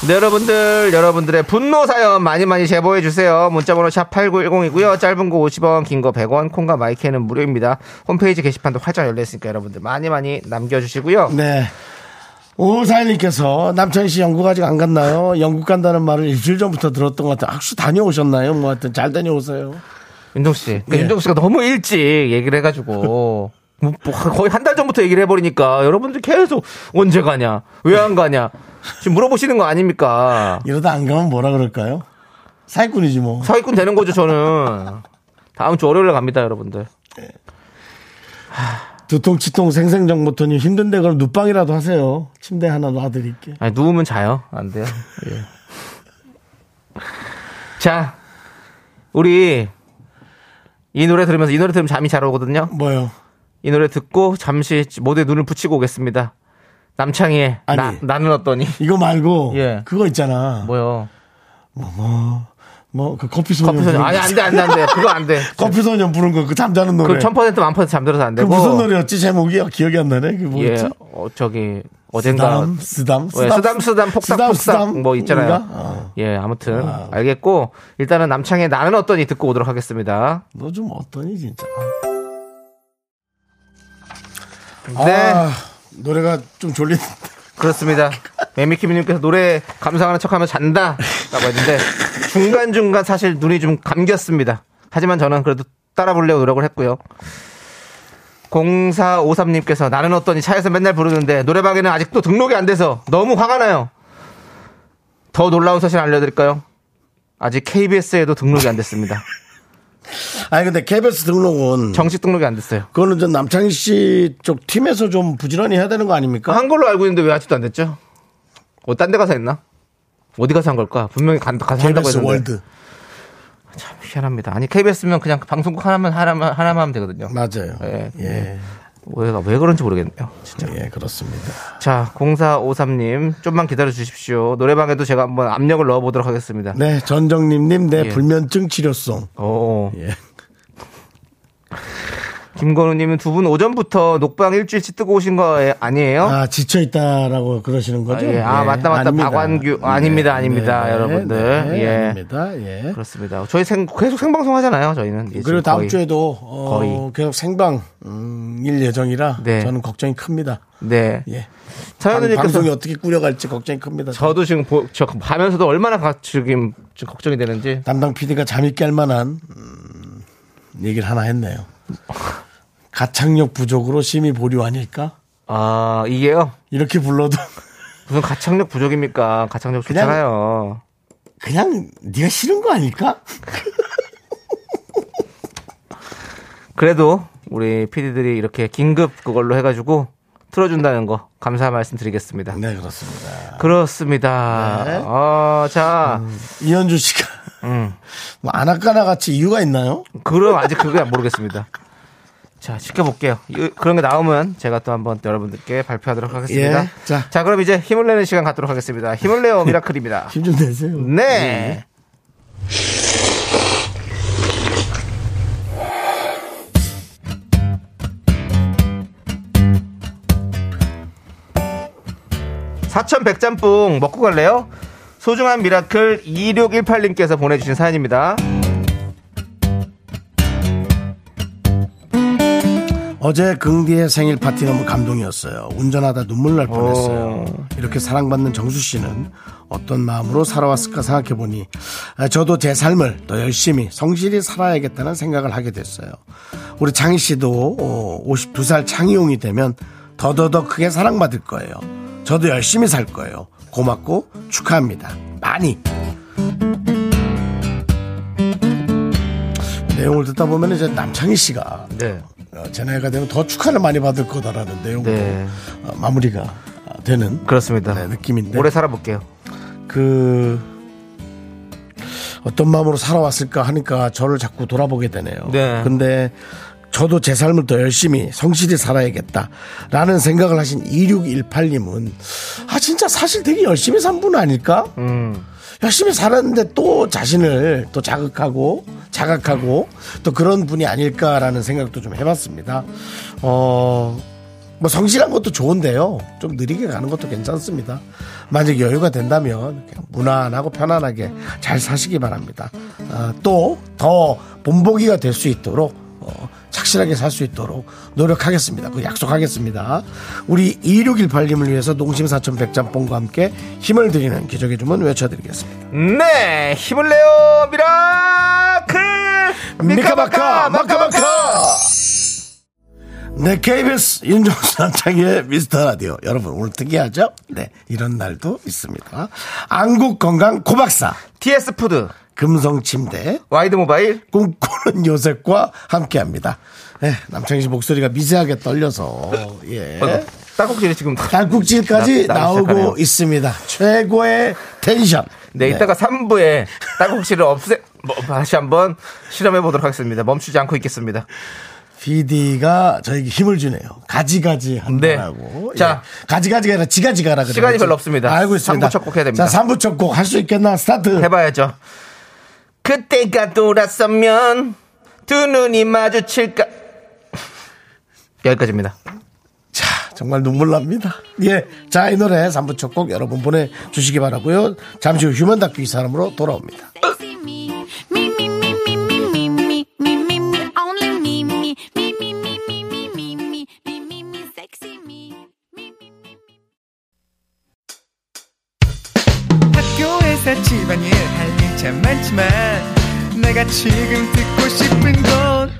네, 여러분들, 여러분들의 분노 사연 많이 많이 제보해 주세요. 문자번호 샵 8910이고요. 짧은 거 50원, 긴 거 100원, 콩과 마이크는 무료입니다. 홈페이지 게시판도 활짝 열려 있으니까 여러분들 많이 많이 남겨주시고요.
네. 오사일님께서 남창희 씨 영국 아직 안 갔나요? 영국 간다는 말을 일주일 전부터 들었던 것 같아요. 학수 다녀오셨나요? 뭐 하여튼 잘 다녀오세요.
윤종 씨, 그
예.
윤종 씨가 너무 일찍 얘기를 해가지고. 뭐, 뭐 거의 한 달 전부터 얘기를 해버리니까 여러분들 계속 언제 가냐 왜 안 가냐 지금 물어보시는 거 아닙니까
이러다 안 가면 뭐라 그럴까요? 사기꾼이지 뭐.
사기꾼 되는 거죠 저는 다음 주 월요일에 갑니다 여러분들
두통치통 생생정보통님 힘든데 그럼 눕방이라도 하세요. 침대 하나 놔드릴게.
아니, 누우면 자요. 안 돼요. 예. 자, 우리 이 노래 들으면서 이 노래 들으면 잠이 잘 오거든요.
뭐요?
이 노래 듣고 잠시 모두의 눈을 붙이고 오겠습니다. 남창희의
아니.
나, 나는 어떠니?
이거 말고
예.
그거 있잖아.
뭐요?
뭐 그 커피 소년.
커피 소년.
부르는
아니,
거.
안 돼, 안 돼, 안 돼. 그거 안 돼.
커피 소년 부른 *laughs* 거그 잠자는 노래.
그 1000% 만퍼센트 잠들어서 안
그
되고.
무슨 노래였지 제목이 기억이 안 나네. 그
뭐. 예,
뭐였지?
어, 저기, 어젠가.
쓰담 쓰담
예, 쓰담, 쓰담, 폭삭,
쓰담,
폭삭,
쓰담,
뭐 있잖아요.
뭔가? 어,
예, 아무튼, 알겠고, 일단은 남창의 나는 어떠니 듣고 오도록 하겠습니다.
너좀 어떠니 진짜.
네.
아, 노래가 좀 졸린. *laughs*
그렇습니다. 매미키미님께서 노래 감상하는 척하면 잔다 라고 했는데 중간중간 사실 눈이 좀 감겼습니다. 하지만 저는 그래도 따라 보려고 노력을 했고요. 0453님께서 나는 어떠니 차에서 맨날 부르는데 노래방에는 아직도 등록이 안 돼서 너무 화가 나요. 더 놀라운 사실 알려드릴까요? 아직 KBS에도 등록이 안 됐습니다.
아니 근데 KBS 등록은
정식 등록이 안 됐어요.
그거는 전 남창희 씨 쪽 팀에서 좀 부지런히 해야 되는 거 아닙니까?
그 한 걸로 알고 있는데 왜 아직도 안 됐죠? 어, 딴 데 가서 했나? 어디 가서 한 걸까? 분명히 간- 가서 한다고
KBS
했는데.
월드
희한합니다. 아니 KBS면 그냥 방송국 하나만 하나만 하나만 하면 되거든요.
맞아요.
예.
예,
왜가 왜 그런지 모르겠네요.
예 그렇습니다.
자, 0453님 좀만 기다려 주십시오. 노래방에도 제가 한번 압력을 넣어 보도록 하겠습니다.
네, 전정님님, 내
예.
불면증 치료송.
어.
예.
김건우님은 두 분 오전부터 녹방 일주일치 뜨고 오신 거 아니에요?
아, 지쳐있다라고 그러시는
어? 아,
거죠?
예. 아, 맞다, 맞다. 박완규. 아닙니다, 아닙니다, 여러분들.
네,
예.
아닙니다, 예.
그렇습니다. 저희 생, 계속 생방송 하잖아요, 저희는. 예,
그리고
지금
다음
거의.
주에도, 어,
거의.
계속 생방, 음, 일 예정이라
네.
저는 걱정이 큽니다.
네.
예. 방,
서현우님께서
방송이 어떻게 꾸려갈지 걱정이 큽니다.
저도 지금 보, 저 가면서도 얼마나 가, 지금 좀 걱정이 되는지.
담당 PD가 잠이 깰 만한, 음, 얘기를 하나 했네요. 가창력 부족으로 심히 보류 아닐까?
아, 이게요.
이렇게 불러도 *laughs*
무슨 가창력 부족입니까? 가창력
그냥-
좋잖아요.
그냥 네가 싫은 거 아닐까?
그래도 우리 PD들이 이렇게 긴급 그걸로 해가지고 틀어준다는 거 감사 말씀드리겠습니다.
네, 그렇습니다.
그렇습니다.
네.
어, 자,
이현주 씨가 뭐 아나까나 같이 이유가 있나요?
그럼 아직 그거야 모르겠습니다. 자, 지켜볼게요. 이- 그런 게 나오면 제가 또 한번 여러분들께 발표하도록 하겠습니다.
예, 자.
그럼 이제 힘을 내는 시간 갖도록 하겠습니다. 힘을
*laughs*
내요 미라클입니다.
힘 좀 내세요.
네. 사천 백짬뽕 먹고 갈래요? 소중한 미라클 2618님께서 보내주신 사연입니다.
어제 긍디의 생일 파티 너무 감동이었어요. 운전하다 눈물 날 뻔했어요. 이렇게 사랑받는 정수 씨는 어떤 마음으로 살아왔을까 생각해보니 아, 저도 제 삶을 더 열심히 성실히 살아야겠다는 생각을 하게 됐어요. 우리 창희 씨도 어, 52살 창희용이 되면 더더더 크게 사랑받을 거예요. 저도 열심히 살 거예요. 고맙고 축하합니다. 많이. 내용을 듣다 보면 이제 남창희 씨가
네.
어, 제 나이가 되면 더 축하를 많이 받을 거다라는 내용
네.
어, 마무리가 되는
그렇습니다.
네, 느낌인데
오래 살아볼게요.
그 어떤 마음으로 살아왔을까 하니까 저를 자꾸 돌아보게 되네요.
네.
근데 저도 제 삶을 더 열심히 성실히 살아야겠다라는 생각을 하신 2618님은 아 진짜 사실 되게 열심히 산 분 아닐까? 열심히 살았는데 또 자신을 또 자극하고 자각하고 또 그런 분이 아닐까라는 생각도 좀 해봤습니다. 어, 뭐 성실한 것도 좋은데요. 좀 느리게 가는 것도 괜찮습니다. 만약 여유가 된다면 그냥 무난하고 편안하게 잘 사시기 바랍니다. 아, 또 더 본보기가 될 수 있도록 어, 착실하게 살 수 있도록 노력하겠습니다. 그 약속하겠습니다. 우리 2618님을 위해서 농심 4100짬뽕과 함께 힘을 드리는 기적의 주문 외쳐드리겠습니다.
네, 힘을 내요, 미라클!
미카마카! 마카마카! 네, KBS 윤정수 남창의 미스터 라디오. 여러분, 오늘 특이하죠? 네, 이런 날도 있습니다. 안국 건강 코박사,
TS 푸드,
금성 침대,
와이드 모바일,
꿈꾸는 요셉과 함께 합니다. 네, 남창희 씨 목소리가 미세하게 떨려서, 예.
어, 딸꾹질이 지금.
아, 달국질까지
나-
나,
나기
오고
시작하네요.
있습니다. 최고의 텐션.
네, 이따가 3부에 딸꾹질을 없애, 뭐, 다시 한번 실험해 보도록 하겠습니다. 멈추지 않고 있겠습니다.
PD가 저에게 힘을 주네요. 가지가지 한다라고.
네. 자.
예. 가지가지가 아니라 지가지가라 그래요.
시간이 별로 없습니다.
알고 있습니다.
삼부 첫곡 해야 됩니다.
자, 3부 첫 곡 할 수 있겠나? 스타트.
해봐야죠. 그때가 돌아서면 두 눈이 마주칠까. 여기까지입니다.
자, 정말 눈물 납니다. 예. 자, 이 노래 3부 첫 곡 여러분 보내주시기 바라고요 잠시 후 휴먼 다큐 이 사람으로 돌아옵니다.
학교에서 집안일 할 일 참 많지만 내가 지금 듣고 싶은 건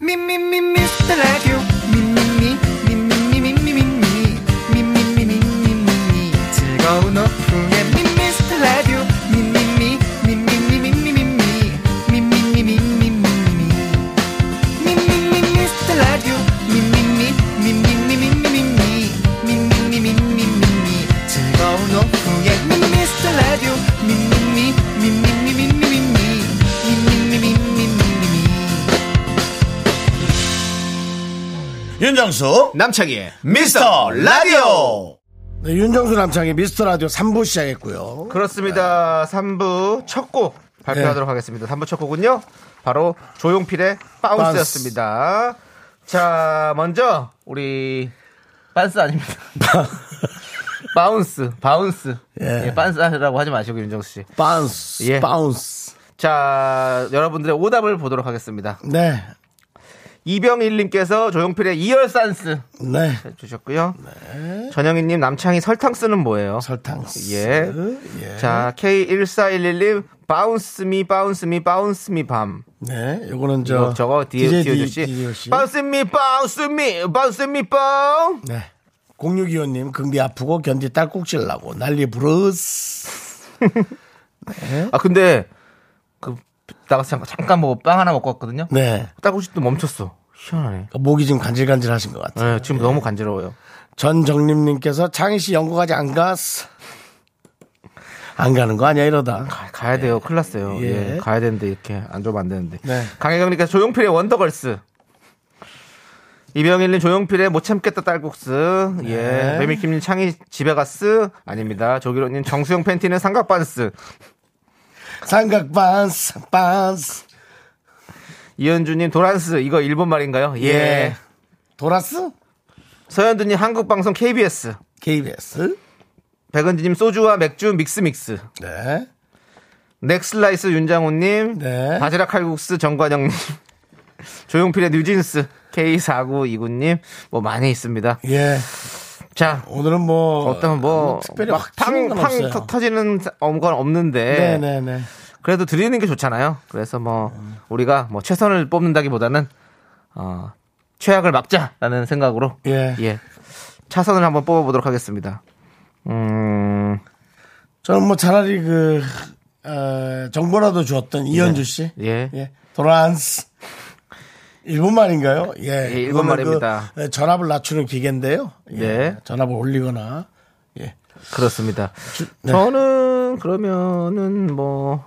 미미미 미스터 라디오 미미미 미미미미미미 미미미미미미 즐거운 오후에 미스터 라디오 미미미 미미미미미미 미미미미미미 미미미 미스터 라디오 미미미 미미미미미미 미미미미미미 즐거운 오후에 미스터 라디오 미미미 미미미미미미 미미미미미미
윤정수
남창희의
미스터 라디오
네, 윤정수 남창의 미스터 라디오 3부 시작했고요. 네.
그렇습니다. 3부 첫 곡 발표하도록 하겠습니다. 3부 첫 곡은요. 바로 조용필의 바운스였습니다. 자, 먼저 우리 빤스 아닙니다.
*laughs*
바운스, 바운스.
예.
예, 빤스라고 하지 마시고 윤정수 씨.
바운스.
예.
바운스.
자, 여러분들의 오답을 보도록 하겠습니다.
네.
이병일님께서 조용필의 이열산스
네.
주셨고요. 전영희님 남창희 설탕 쓰는 뭐예요?
설탕.
예. 자, K1411님, 바운스미, 바운스미, 바운스미 밤.
네, 요거는 저
이거 뭐, 저거 아, 뒤에
DJ
띄워주시.
DJDOC.
바운스미, 바운스미, 바운스미, 바운.
네. 0625님 금비 아프고 견디 딸꾹질 나고 난리 부르스. 네?
아, 근데, 그, 나가서 잠깐, 잠깐 먹고 빵 하나 먹고 왔거든요.
네. 그
딱 오시 또 멈췄어. 희한하네.
목이 지금 간질간질 하신 것 같아요.
네, 지금 너무 간지러워요.
전정림님께서 창희 씨 연구 가지 안 갔어. 안 가는 거 아니야 이러다.
가, 가야 돼요. 큰일 났어요.
예.
예. 가야 되는데, 이렇게 안 좋으면 안 되는데.
네.
강혜경님께서 조용필의 원더걸스. 이병일님 조용필의 못 참겠다 딸국수.
네.
예. 배미킴님 창희 집에 갔스. 아닙니다. 조기로님 정수영 팬티는 삼각반스.
삼각 반스 반스
이현주님 도란스. 이거 일본 말인가요? 예.
예. 돌았어?
서현두님 한국방송 KBS.
KBS.
백은지님 소주와 맥주 믹스 믹스.
네.
넥슬라이스 윤장훈님.
네.
바지락 칼국수 정관영님. *laughs* 조용필의 뉴진스. K4929님. 뭐 많이 있습니다.
예.
자,
오늘은 뭐
어떤 뭐
특별히
막
확
팡,
튀는 건
팡
없어요.
터- 터지는 사- 어, 건 없는데
네네네.
그래도 드리는 게 좋잖아요. 그래서 뭐 우리가 뭐 최선을 뽑는다기보다는 어, 최악을 막자라는 생각으로
예.
예. 차선을 한번 뽑아보도록 하겠습니다. 음,
저는 뭐 차라리 그 어, 정보라도 주었던 이현주 씨.
예.
도란스. 일본 말인가요? 예.
예, 일본
그거는
말입니다.
그, 예, 전압을 낮추는 기계인데요. 예.
네.
전압을 올리거나.
그렇습니다.
네.
저는 그러면은 뭐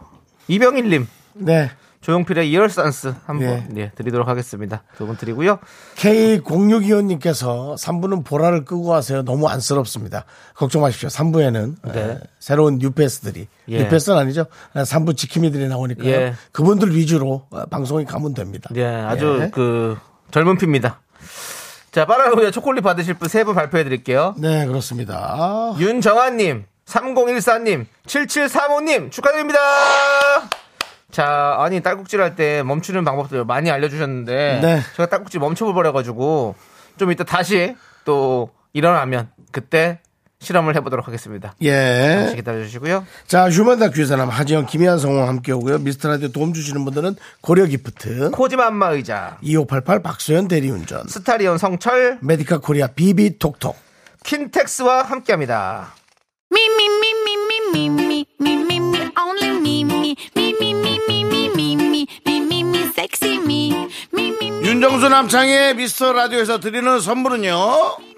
이병일님
네.
조용필의 이얼산스 한번
예.
예, 드리도록 하겠습니다. 두 분 드리고요.
K0625님께서 3부는 보라를 끄고 하세요. 너무 안쓰럽습니다. 걱정 마십시오. 3부에는 예, 새로운 뉴페스들이
네. 예.
뉴페스는 아니죠. 3부 지킴이들이 나오니까요.
예.
그분들 위주로 어, 방송이 가면 됩니다.
예, 아주
예.
그 젊은 피입니다. 자, 빠른 후에 초콜릿 받으실 분 세 분 발표해 드릴게요.
네, 그렇습니다.
윤정아님, 3014님, 7735님 축하드립니다. 자, 아니 딸꾹질 할 때 멈추는 방법들 많이 알려주셨는데
네.
제가 딸꾹질 멈춰버려가지고 좀 이따 다시 또 일어나면 그때 실험을 해보도록 하겠습니다.
예.
잠시 기다려주시고요.
자, 휴먼 다큐에서 남 하지영, 김희한 성우 함께 오고요. 미스터 라디오 도움 주시는 분들은 고려 기프트,
코지맘마 의자,
2588 박소연 대리운전,
스타리온 성철,
메디카 코리아 비비톡톡,
킨텍스와 함께합니다.
Me, me, me, me, me, me, me, me, me, me, only me, me, me, me, me, me, me, me, me, me, me, me, sexy me, me, me, me.
윤정수 남창의 미스터 라디오에서 드리는 선물은요.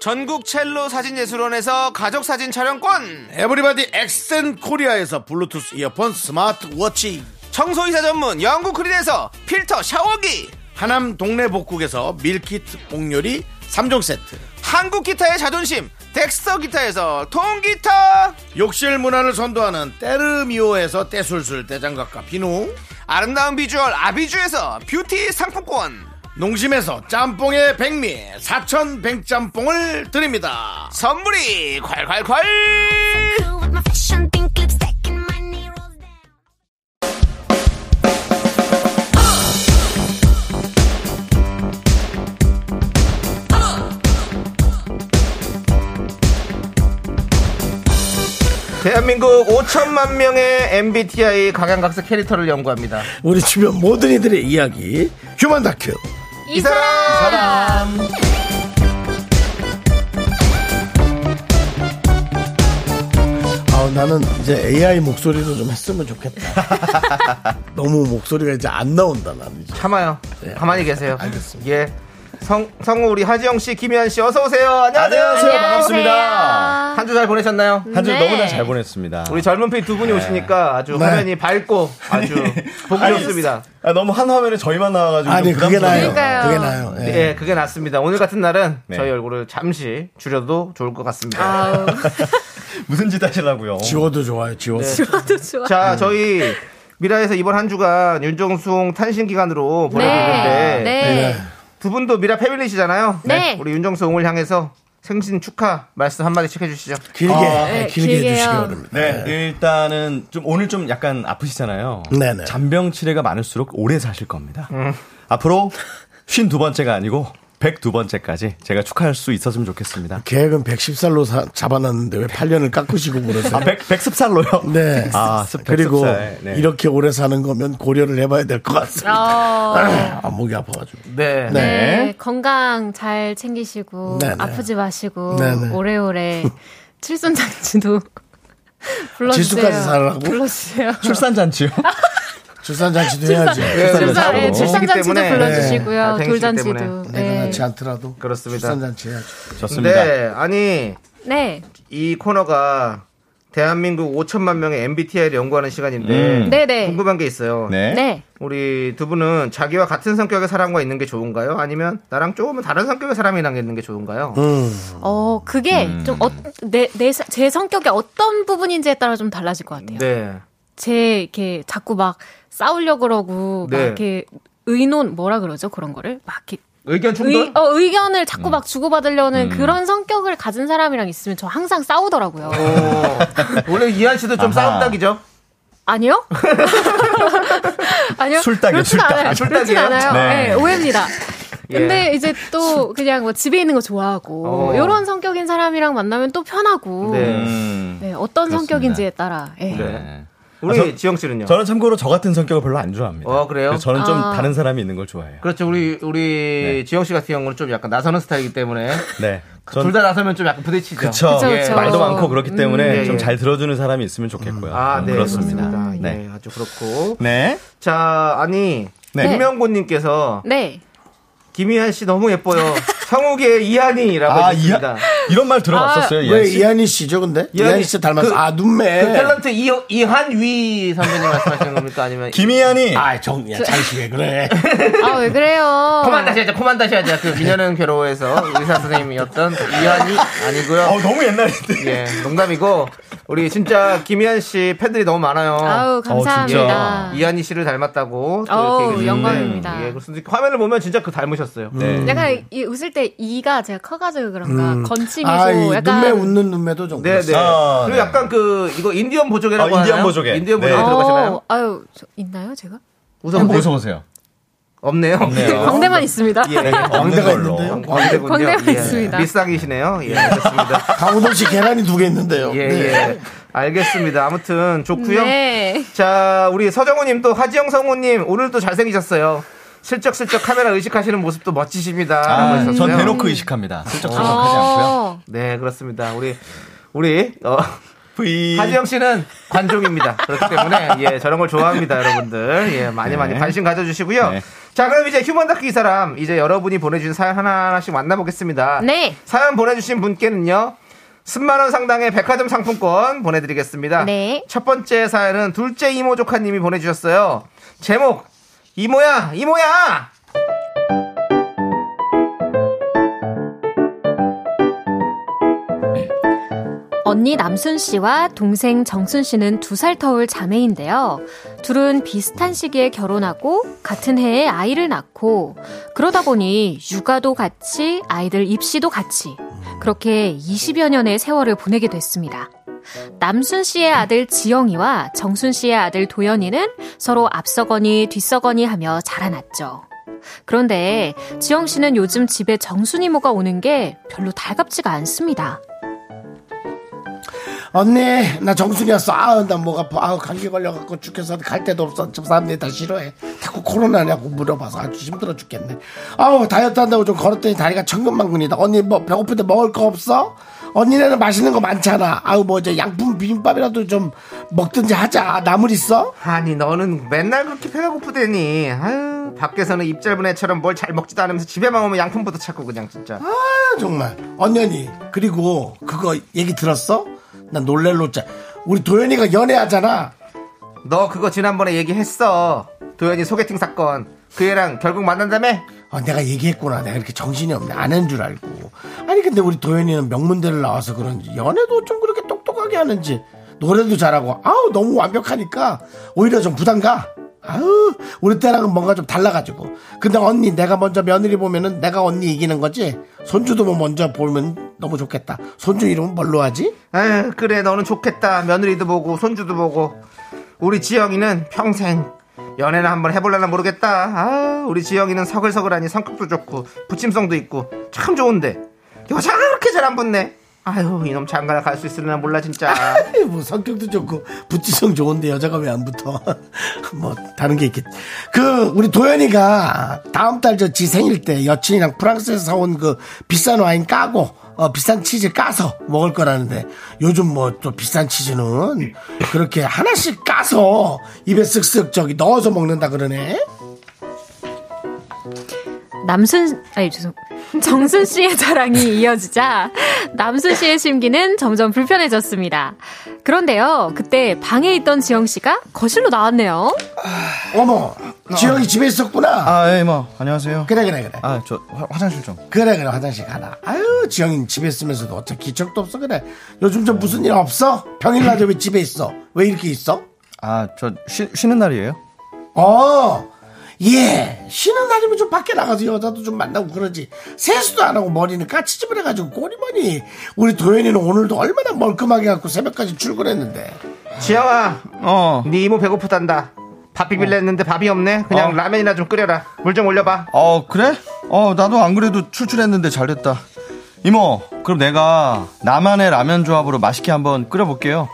전국 첼로 사진예술원에서 가족 사진 촬영권,
에브리바디 엑센 코리아에서 블루투스 이어폰 스마트워치.
청소이사 전문 영국 크린에서 필터 샤워기.
하남 동네 복국에서 밀키트 옥요리 3종 세트.
한국 기타의 자존심 *laughs* 덱스터 기타에서 통기타
욕실 문화를 선도하는 때르미오에서 때술술 때장갑과 비누.
아름다운 비주얼 아비주에서 뷰티 상품권
농심에서 짬뽕의 백미 사천 백짬뽕을 드립니다.
선물이 콸콸콸
Cool with my fashion, pink lipstick and my knee rolls down.
대한민국 5천만 명의 MBTI 각양각색 캐릭터를 연구합니다
우리 주변 모든 이들의 이야기, 휴먼 다큐.
이 사람
아, 나는 이제 AI 목소리도 좀 했으면 좋겠다. *laughs* 너무 목소리가 이제 안 나온다, 나는 이제.
참아요
네,
가만히 계세요
알겠습니다.
예. 성, 성우 우리 하지영씨 김희환씨 어서오세요 안녕하세요,
반갑습니다.
한 주 잘 보내셨나요?
한 주 너무나 잘 보냈습니다.
우리 젊은 피 두 분이 오시니까 아주
네.
화면이 밝고 아주 보기
아니,
좋습니다
아, 너무 한 화면에 저희만 나와가지고
아니,
좀
그게 나요.
부담스러워요.
그게
그러니까요.
나요. 예.
네.
예, 그게 낫습니다. 오늘 같은 날은
네.
저희 얼굴을 잠시 줄여도 좋을 것 같습니다.
무슨 짓 하시려고요?
지워도 좋아요, 지워.
네.
자, 저희 미라에서 이번 한 주간 윤정수 탄신 기간으로 보내드렸는데
네.
두 분도 미라 패밀리시잖아요.
네.
우리 윤정수옹을 향해서 생신 축하 말씀 한마디씩 해주시죠.
아,
길게,
어,
예, 길게 해주시기 바랍니다.
네, 일단은 좀 오늘 좀 약간 아프시잖아요.
네네.
잔병 치레가 많을수록 오래 사실 겁니다.
음.
앞으로 52번째가 아니고 102번째까지 제가 축하할 수 있었으면 좋겠습니다.
계획은 110살로 잡아놨는데 왜 8년을 깎으시고 그러세요?
아, 100,
*laughs*
110살로요?
네.
아, 스-
그리고
110살. 네.
이렇게 오래 사는 거면 고려를 해봐야 될 것
어,
같습니다.
네.
아, 목이 아파가지고.
네.
네.
건강 잘 챙기시고
네네.
아프지 마시고
네네.
오래오래 칠순 잔치도 불러주세요.
질수까지 살라고?
불러주세요.
출산
*laughs*
잔치요?
출산잔치도 해야지.
출산-
출산, 예,
잔치고.
출산잔치도
네.
불러주시고요.
네.
돌잔치도.
내가
네.
낳지 않더라도.
그렇습니다.
출산잔치 해야지.
좋습니다.
네, 아니
네.
이 코너가 대한민국 5천만 명의 MBTI를 연구하는 시간인데
음.
네네.
궁금한 게 있어요.
네.
네.
우리 두 분은 자기와 같은 성격의 사람과 있는 게 좋은가요? 아니면 나랑 조금은 다른 성격의 사람이랑 있는 게 좋은가요?
음.
어, 그게 좀, 어, 내, 내, 사- 제 성격의 어떤 부분인지에 따라 좀 달라질 것 같아요.
네.
제, 이렇게, 자꾸 막 싸우려고 그러고, 막
네.
이렇게, 의논, 뭐라 그러죠? 그런 거를? 막 이렇게,
의견
의,
충돌? 음.
어, 의견을 자꾸 막 주고받으려는 그런 성격을 가진 사람이랑 있으면 저 항상 싸우더라고요.
오. 어. 원래 이한 씨도 좀
아하.
싸움닭이죠? *laughs*
아니요? 아니요?
술딱이요,
그렇진
술딱.
않아요.
아,
그렇진
술딱이에요? 예.
않아요.
네.
네, 오해입니다. 근데 이제 또 그냥 뭐 집에 있는 거 좋아하고
어.
이런 성격인 사람이랑 만나면 또 편하고
네.
네, 어떤 성격인지에 따라 예.
음. 네.
우리
아, 저-
지영 씨는요?
저는 참고로 저 같은 성격을 별로 안 좋아합니다.
어, 그래요?
그래서 저는 좀
아.
다른 사람이 있는 걸 좋아해요.
그렇죠. 우리 우리 지영 씨 같은 경우는 좀 약간 나서는 스타일이기 때문에
네.
그 둘 다 나서면 좀 약간 부딪히죠.
그쵸. 예.
그쵸, 그쵸.
말도 많고 그렇기 때문에
예, 예.
좀 잘 들어주는 사람이 있으면 좋겠고요.
아,
음,
네,
그렇습니다.
그렇습니다. 네,
네.
아주 그렇고.
네.
자, 아니
네.
김명곤님께서
네.
김희한 씨 너무 예뻐요. 성욱의 이한이라고
아, 이,
했습니다.
이런 말 들어봤었어요.
아, 왜
이한 씨?
이한희 씨죠, 근데? 이한희 씨 닮았어.
예, 그-
아, 눈매.
네.
그 탤런트 이, 이한위 선배님 말씀하시는 겁니까? 아니면
김희안이
아, 정, 야, 잠시 왜 그래.
아 왜 그래요?
코만 다시 하자, 코만 다시 하자. 그 미녀는 괴로워해서 의사 선생님이었던 이한이 아니고요.
어, 너무 옛날인데.
예, 농담이고 우리 진짜 김희한 씨 팬들이 너무 많아요. 어,
아우 감사합니다.
이한희 씨를 닮았다고 또
어우,
이렇게 얘기해 주시는데,
영광입니다.
예, 그래서 화면을 보면 진짜 그 닮으셨어요.
네.
약간 이 웃을 때 이가 제가 커가지고 그런가 건침이고
아, 이
약간
눈매 웃는 눈매도 좀.
네, 네.
아,
그리고
네.
약간 그 이거 인디언 보조개라고
아, 인디언
하나요?
보조개.
인디언 보조개
네.
들어가시나요?
어, 아유 저- 있나요 제가?
웃어보세요.
보세요.
없네요. *laughs*
없네요.
광대만 있습니다.
예.
없는
광대가
걸로.
있는데요?
광대군요.
어, 광대만
예.
있습니다.
비싸기시네요. 예, 알겠습니다.
강호동 씨 계란이 두 개 있는데요.
예,
네.
예. 알겠습니다. 아무튼 좋고요.
네.
자, 우리 서정우님 또 하지영 성우님 오늘도 잘생기셨어요. 슬쩍슬쩍 카메라 의식하시는 모습도 멋지십니다. 라고
아, 전
하셨어요.
대놓고 의식합니다. 슬쩍슬쩍 하지 않고요.
어,
네, 그렇습니다. 우리 우리 어,
V.
하지영 씨는 관종입니다. 그렇기 때문에 예, 저런 걸 좋아합니다, 여러분들. 예, 많이 많이 관심 가져주시고요.
네.
자, 그럼 이제 휴먼 다큐 이 사람 이제 여러분이 보내주신 사연 하나하나씩 만나보겠습니다.
네.
사연 보내주신 분께는요. 10만원 상당의 백화점 상품권 보내드리겠습니다.
네.
첫 번째 사연은 둘째 이모 조카님이 보내주셨어요. 제목, 이모야, 이모야!
언니 남순 씨와 동생 정순 씨는 두 살 터울 자매인데요. 둘은 비슷한 시기에 결혼하고 같은 해에 아이를 낳고 그러다 보니 육아도 같이 아이들 입시도 같이 그렇게 20여 년의 세월을 보내게 됐습니다. 남순 씨의 아들 지영이와 정순 씨의 아들 도연이는 서로 앞서거니 뒤서거니 하며 자라났죠. 그런데 지영 씨는 요즘 집에 정순 이모가 오는 게 별로 달갑지가 않습니다.
언니, 나 정순이었어. 아우, 나 뭐가 아파. 아우, 감기 걸려갖고 죽겠어. 갈 데도 없어. 참 사람들이 다 싫어해. 자꾸 코로나냐고 물어봐서 아주 힘들어 죽겠네. 아우, 다이어트 한다고 좀 걸었더니 다리가 천근만근이다. 언니, 뭐, 배고픈데 먹을 거 없어? 언니네는 맛있는 거 많잖아. 아우, 뭐, 이제 양품 비빔밥이라도 좀 먹든지 하자. 나물 있어?
아니, 너는 맨날 그렇게 배가 고프대니. 아유, 밖에서는 입 짧은 애처럼 뭘 잘 먹지도 않으면서 집에만 오면 양품부터 찾고 그냥 진짜.
아, 정말. 언니, 언니. 그리고 그거 얘기 들었어? 난 놀랄로 짜. 우리 도현이가 연애하잖아.
너 그거 지난번에 얘기했어. 도현이 소개팅 사건. 그 애랑 결국 만난다며?
아, 내가 얘기했구나. 내가 이렇게 정신이 없네. 안 한 줄 알고. 아니, 근데 우리 도현이는 명문대를 나와서 그런지, 연애도 좀 그렇게 똑똑하게 하는지, 노래도 잘하고, 아우, 너무 완벽하니까, 오히려 좀 부담 가. 아우, 우리 때랑은 뭔가 좀 달라가지고. 근데 언니, 내가 먼저 며느리 보면은 내가 언니 이기는 거지? 손주도 뭐 먼저 보면 너무 좋겠다. 손주 이름은 뭘로 하지?
아유, 그래, 너는 좋겠다. 며느리도 보고, 손주도 보고. 우리 지영이는 평생 연애나 한번 해볼라나 모르겠다. 아, 우리 지영이는 서글서글하니 성격도 좋고, 부침성도 있고, 참 좋은데. 여자가 그렇게 잘 안 붙네. 아유, 이놈 장가를 갈 수 있으려나 몰라, 진짜.
에이, 뭐 성격도 좋고 부지성 좋은데 여자가 왜 안 붙어? *laughs* 뭐 다른 게 있겠. 그 우리 도현이가 다음 달 저 지 생일 때 여친이랑 프랑스에서 사온 그 비싼 와인 까고 어, 비싼 치즈 까서 먹을 거라는데 요즘 뭐 또 비싼 치즈는 그렇게 하나씩 까서 입에 쓱쓱 저기 넣어서 먹는다 그러네.
남순 아니 *laughs* 죄송 정순 씨의 자랑이 이어지자 남순 씨의 심기는 점점 불편해졌습니다. 그런데요 그때 방에 있던 지영 씨가 거실로 나왔네요.
어머 지영이 집에
어.
있었구나.
*laughs* 아, 예, 뭐, 안녕하세요.
그래 그래 그래.
아, 저 화, 화장실 좀.
그래 그래 화장실 가라 아유 지영이 집에 있으면서도 어째 기척도 없어 그래 요즘 저 무슨 일 없어 평일날 왜 집에 있어 왜 이렇게 있어
아, 저 쉬, 쉬는 날이에요?
어, 어예 쉬는 날이면 좀 밖에 나가서 여자도 좀 만나고 그러지 세수도 안 하고 머리는 까치집을 해가지고 꼬리머니 우리 도현이는 오늘도 얼마나 멀끔하게 갖고 새벽까지 출근했는데
지영아,
어.
네 이모 배고프단다. 밥 비빌려 했는데 밥이 없네. 그냥
어.
라면이나 좀 끓여라. 물 좀 올려봐.
어, 그래? 어, 나도 안 그래도 출출했는데 잘됐다. 이모, 그럼 내가 나만의 라면 조합으로 맛있게 한번 끓여볼게요.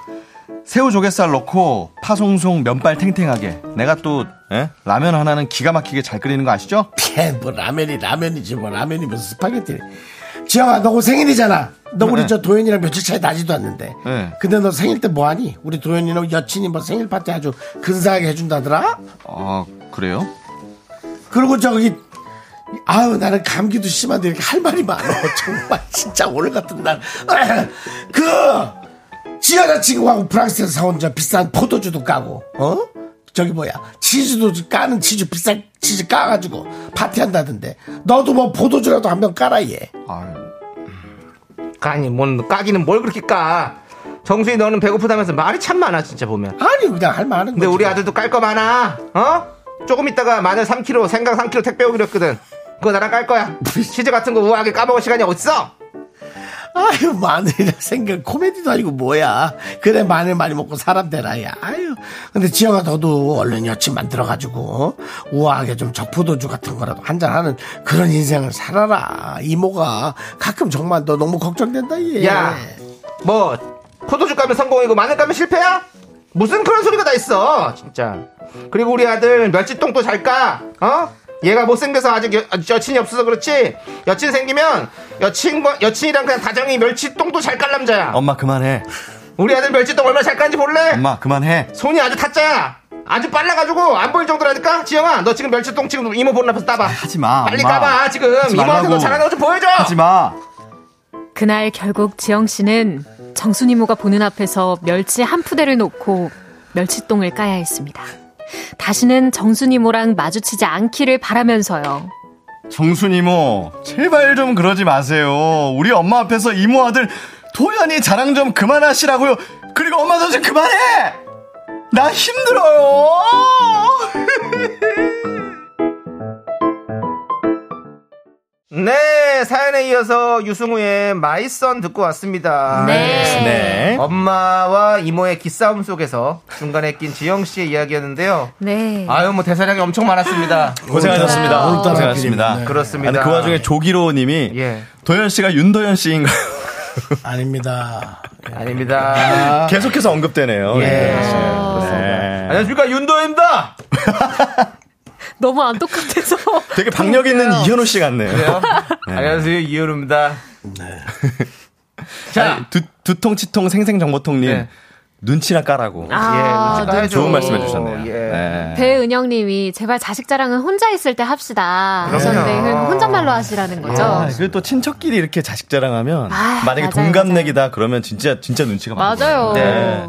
새우 조갯살 넣고 파송송 면발 탱탱하게. 내가 또 예? 라면 하나는 기가 막히게 잘 끓이는 거 아시죠?
예, 뭐 라면이 라면이지 뭐 라면이 무슨 스파게티. 지영아 너 오늘 생일이잖아. 너 우리
네.
저 도현이랑 며칠 차이 나지도 않는데.
네.
근데 너 생일 때 뭐 하니? 우리 도현이랑 여친이 뭐 생일 파티 아주 근사하게 해준다더라.
아, 그래요?
그리고 저기 아유 나는 감기도 심한데 이렇게 할 말이 많아. *laughs* 정말 진짜 오늘 같은 날 그 지여자 친구하고 프랑스에서 사온 저 비싼 포도주도 까고 어? 저기 뭐야 치즈도 까는 치즈 비싼 치즈 까가지고 파티한다던데 너도 뭐 포도주라도 한 병 까라 얘.
까니 뭔 까기는 뭘 그렇게 까 정수희 너는 배고프다면서 말이 참 많아 진짜 보면
아니 그냥 할 말은
근데 우리 아들도 깔 거 많아 어? 조금 있다가 마늘 3kg 생강 3kg 택배 오기로 했거든 그거 나랑 깔 거야 치즈 같은 거 우아하게 까먹을 시간이 어딨어
아유 마늘이라 생각 코미디도 아니고 뭐야 그래 마늘 많이 먹고 사람 되라야 아유 근데 지영아 너도 얼른 여친 만들어가지고 어? 우아하게 좀 적포도주 같은 거라도 한잔 하는 그런 인생을 살아라 이모가 가끔 정말 너 너무 걱정된다 얘
야뭐 포도주 까면 성공이고 마늘 까면 실패야? 무슨 그런 소리가 다 있어 진짜 그리고 우리 아들 멸치똥도 잘까 어? 얘가 못생겨서 아직 여, 아직 여친이 없어서 그렇지 여친 생기면 여친, 여친이랑 그냥 다정히 멸치똥도 잘 깔 남자야
엄마 그만해.
우리 아들 멸치똥 얼마나 잘 까는지 볼래?
엄마 그만해.
손이 아주 타짜야 아주 빨라가지고 안 보일 정도라니까 지영아 너 지금 멸치똥 지금 이모 보는 앞에서 따봐
아, 하지 마.
빨리
엄마.
까봐 지금
하지
이모한테 너
말라고.
잘하는 거 좀 보여줘
하지 마.
그날 결국 지영 씨는 정순이모가 보는 앞에서 멸치 한 푸대를 놓고 멸치똥을 까야 했습니다. 다시는 정순이모랑 마주치지 않기를 바라면서요.
정순 이모, 제발 좀 그러지 마세요. 우리 엄마 앞에서 이모 아들 도연이 자랑 좀 그만하시라고요. 그리고 엄마 도좀 그만해. 나 힘들어요.
네 사연에 이어서 유승우의 마이선 듣고 왔습니다
*laughs* 네.
엄마와 이모의 기싸움 속에서 중간에 낀 지영 씨의 이야기였는데요
네.
아유 뭐 대사량이 엄청 많았습니다
아, 고생하셨습니다.
오늘따라
고생하셨습니다.
그렇습니다
아니, 그 와중에 네. 조기로님이
예
도현 씨가 윤도현 씨인가요?
아닙니다
네.
아닙니다
계속해서 언급되네요.
예.
네.
안녕하십니까 윤도입니다
너무 안 똑같아서.
되게 박력 있는 이현우 씨 같네요.
안녕하세요 이현우입니다 네. *laughs*
자,
예,
두, 두통, 치통, 생생정보통님.
네.
눈치나 까라고.
아,
예, 눈치
좋은
오,
말씀 해주셨네요.
예.
네.
배은영 님이 제발 자식 자랑은 혼자 있을 때 합시다. 하셨는데 이건 혼잣말로 하시라는 거죠.
아, 그리고 또 친척끼리 이렇게 자식 자랑하면
아,
만약에
맞아요,
동갑내기다 그러면 진짜 진짜 눈치가 많아요.
맞아요.
네.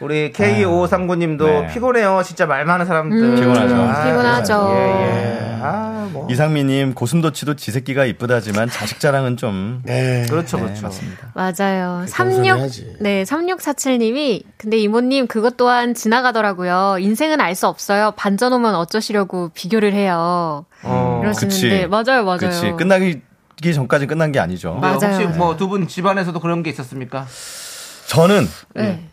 우리 K5539님도
네.
피곤해요. 진짜 말 많은 사람들.
피곤하죠.
아,
음, 피곤하죠.
예, 예. 아, 뭐.
이상미님 고슴도치도 지새끼가 이쁘다지만 자식 자랑은 좀
네.
그렇죠, 그렇죠.
그
맞아요.
해야지.
36, 네, 3647님이, 근데 이모님 그것 또한 지나가더라고요. 인생은 알 수 없어요. 반전 오면 어쩌시려고 비교를 해요.
어.
이러시는데,
그치.
네, 맞아요, 네. 맞아요.
그렇지 끝나기 전까지 끝난 게 아니죠.
맞- 맞아요.
혹시 뭐 두 분 집안에서도 그런 게 있었습니까?
저는
네.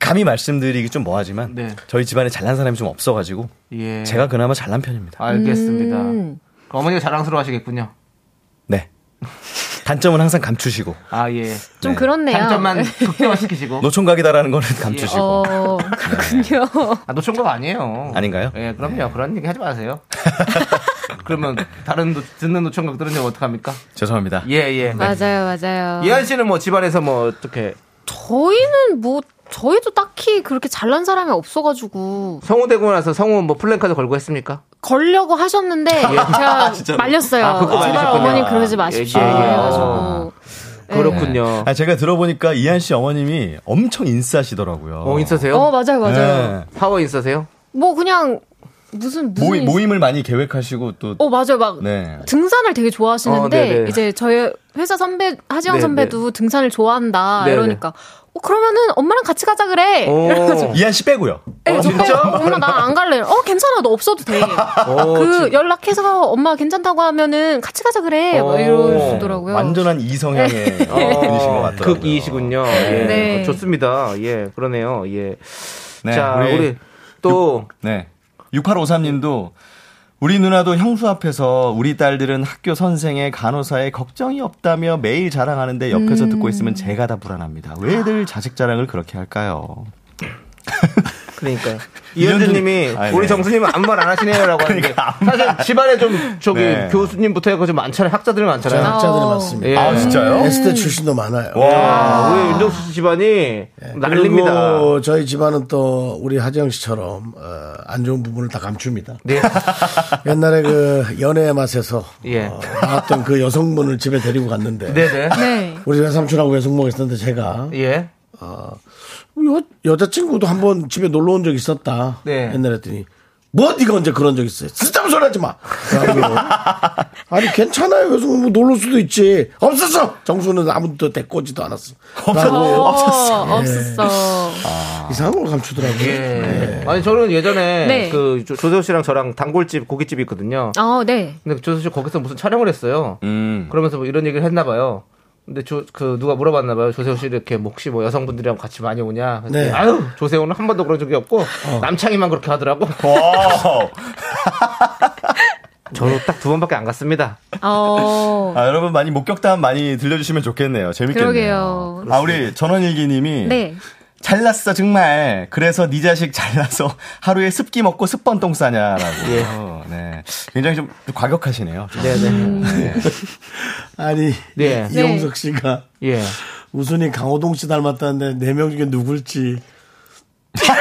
감히 말씀드리기 좀 뭐하지만
네.
저희 집안에 잘난 사람이 좀 없어가지고
예.
제가 그나마 잘난 편입니다.
알겠습니다.
음.
그럼 어머니가 자랑스러워하시겠군요.
네. 단점은 항상 감추시고
아 예.
좀
네.
그렇네요. *laughs*
단점만 극대화시키시고.
노총각이다라는 거는
예.
감추시고
어, 그렇군요.
아, 노총각 아니에요.
아닌가요?
예, 그럼요. 그런 얘기 하지 마세요. *laughs* 그러면 다른 노- 듣는 노총각들은 어떡합니까?
죄송합니다.
예, 예.
*laughs* 맞아요, 맞아요.
예.
이한 씨는 뭐 집안에서 뭐 어떻게
저희는 뭐, 저희도 딱히 그렇게 잘난 사람이 없어가지고,
성우 되고 나서 성우 뭐 플랜카드 걸고 했습니까?
걸려고 하셨는데, 제가 말렸어요.
예. 아, 그거
제발
말리셨군요.
어머님 그러지 마십시오.
예, 예, 예.
그래가지고. 예.
그렇군요.
아, 제가 들어보니까 이한 씨 어머님이 엄청 인싸시더라고요.
어, 인싸세요?
어, 맞아요,
예.
맞아요.
네.
파워 인싸세요?
뭐 그냥 무슨 무슨
모임,
인-
모임을 많이 계획하시고 또
음. 어 맞아요 막
네.
등산을 되게
어,
좋아하시는데
네네.
이제 저희 회사 선배 하지영
네네.
선배도 등산을 좋아한다
네네.
이러니까 어 그러면은 엄마랑 같이 가자 네. 그래
오. 어,
이래가지고
이한 씨 빼고요.
네, 저 빼고 엄마 나 안 갈래 어 괜찮아 너 없어도
*laughs* 오,
돼그 연락해서 엄마 괜찮다고 하면은 같이 가자 그래
오.
막 이러시더라고요
완전한 이성향의 *laughs* 분이신 것
어,
같더라고요.
극이시군요. 예.
네.
좋습니다. 예, 그러네요. 예.
네,
자, 우리,
우리
또
네. 6853님도 우리 누나도 형수 앞에서 우리 딸들은 학교 선생에 간호사에 걱정이 없다며 매일 자랑하는데 옆에서
음. 아.
듣고 있으면 제가 다 불안합니다. 왜들 자식 자랑을 그렇게 할까요?
그러니까 이현주님이
아, 네. 그러니까
우리 정수님은 아무 말 안 하시네요라고 하는데 사실 집안에 좀 저기
네.
교수님부터 해서 좀 많잖아요 학자들이 많잖아요.
학자들이 많습니다.
예.
아, 진짜요?
S대 출신도 많아요.
와, 우리 윤정수 씨 집안이 난립니다.
그리고 저희 집안은 또 우리 하재영 씨처럼 어, 안 좋은 부분을 다 감춥니다.
네.
옛날에 그 연애의 맛에서
예.
어, 나왔던 그 여성분을 집에 데리고 갔는데
*laughs* 네네.
네.
우리 외삼촌하고 외숙모가 있었는데 제가
예.
여, 여자친구도 한 번 집에 놀러 온 적 있었다.
네.
옛날에 했더니 뭐 네가 언제 그런 적 있어요? 쓸데없는 소리 하지 마. 그래가지고, 아니 괜찮아요. 그래서 뭐 놀러 올 수도 있지. 없었어. 정수는 아무도 데리고 오지도 않았어.
어, 네.
없었어.
없었어.
이상한 걸 감추더라고요. 네.
예. 아니 저는 예전에
네.
그 조- 조세호 씨랑 저랑 단골집 고깃집이 있거든요.
어, 네.
근데 조세호 씨 거기서 무슨 촬영을 했어요. 그러면서 뭐 이런 얘기를 했나 봐요. 근데 조, 그 누가 물어봤나 봐요. 조세호 씨 이렇게 뭐 혹시 뭐 여성분들이랑 같이 많이 오냐. 근데
네.
아유 조세호는 한 번도 그런 적이 없고 남창이만 그렇게 하더라고. 어, 저는 딱 두 번밖에 안 갔습니다.
어.
아, 여러분 많이 목격담 많이 들려주시면 좋겠네요. 재밌겠네요.
그러게요.
아, 우리 전원일기님이
네.
잘났어 정말. 그래서 네 자식 잘나서 *laughs* 하루에 습기 먹고 습번 똥 싸냐라고.
예.
네. 굉장히 좀 과격하시네요.
네네.
음.
아니
네.
이용석 씨가
예.
우순이 강호동 씨 닮았다는데 네 명 중에 누굴지. *laughs*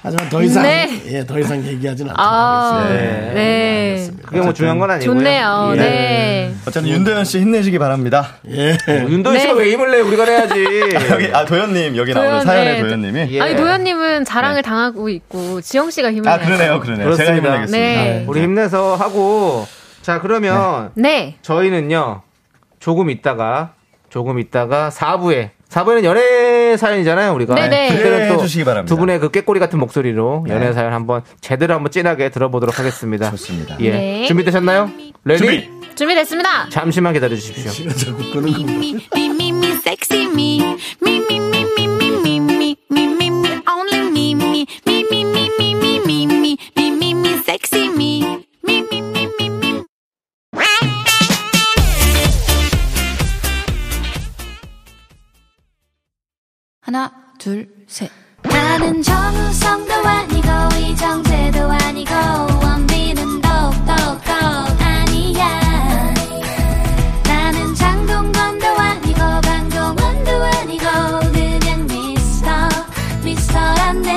하지만 더 이상
네.
예, 더 이상 얘기하진 않도록
아,
하겠습니다.
네.
그게 뭐 중요한 건 아니고요.
좋네요.
예.
네.
어쨌든 윤도현 씨 힘내시기 바랍니다.
예.
예.
어, 윤도현 씨가
네.
왜 힘을 내? 우리가 *laughs* 내야지.
*laughs* 여기 아 도현님 여기 나오는
도현,
사연의
네.
도현님이.
예.
아니 도현님은 자랑을 당하고 있고 지영 씨가 힘을
아
내요.
그러네요, 그러네요. 제가
그렇습니다.
힘내겠습니다.
네.
우리 힘내서 하고 자 그러면
네.
저희는요 조금 있다가 조금 있다가 4부에 4부에는 연애 사연이잖아요 우리가
네네.
기대해 주시기 바랍니다. 네.
두 분의 그 깨꼬리 같은 목소리로 연애 사연 한번 제대로 한번 진하게 들어보도록 하겠습니다
좋습니다.
예
네.
준비되셨나요? 레디
준비됐습니다.
잠시만 기다려 주십시오
*laughs*
me, me, me, me, sexy me. Me, me, me, me, me, me, me, me, me, me, only me, me, me, me, me, me, me, me, me, me, me, me, sexy me. Me, me, me, me, me.
하나, 둘, 셋.
나는 정우성도 아니고 이정재도 아니고 원빈은 더욱더 아니야 나는 장동건도 아니고 강동원도 아니고 그냥 미스터 미스터란데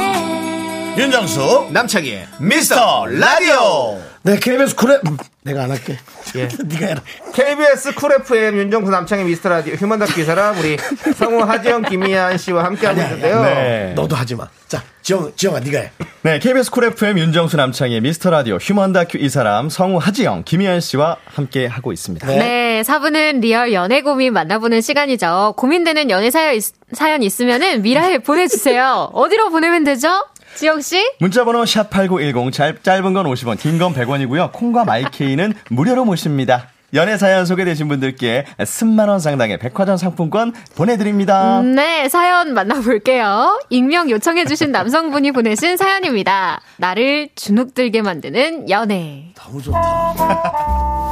예,
윤정수 남창희 미스터 라디오
네, KBS 쿨에 음, 내가 안 할게.
예.
*laughs* 네가 해라.
KBS 쿨 FM 윤정수 남창희 미스터 라디오 휴먼 다큐 사람 우리 성우 하지영 김희한 씨와 함께 하고 있는데요
네.
너도 하지 마. 자, 지영, 지영아, 네가 해.
네, KBS 쿨 FM 윤정수 남창의 미스터 라디오 휴먼 다큐 이 사람 성우 하지영 김희연 씨와 함께 하고 있습니다.
네, 사부는 리얼 연애 고민 만나보는 시간이죠. 고민되는 연애 사연, 있, 사연 있으면은 미라에 보내주세요. 어디로 보내면 되죠? 지영 씨?
문자번호 샵8910 짧은 건 50원, 긴 건 100원이고요. 콩과 마이케이는 *laughs* 무료로 모십니다. 연애 사연 소개되신 분들께 10만 원 상당의 백화점 상품권 보내드립니다.
네, 사연 만나볼게요. 익명 요청해주신 남성분이 보내신 사연입니다. 나를 주눅들게 만드는 연애.
너무 좋다.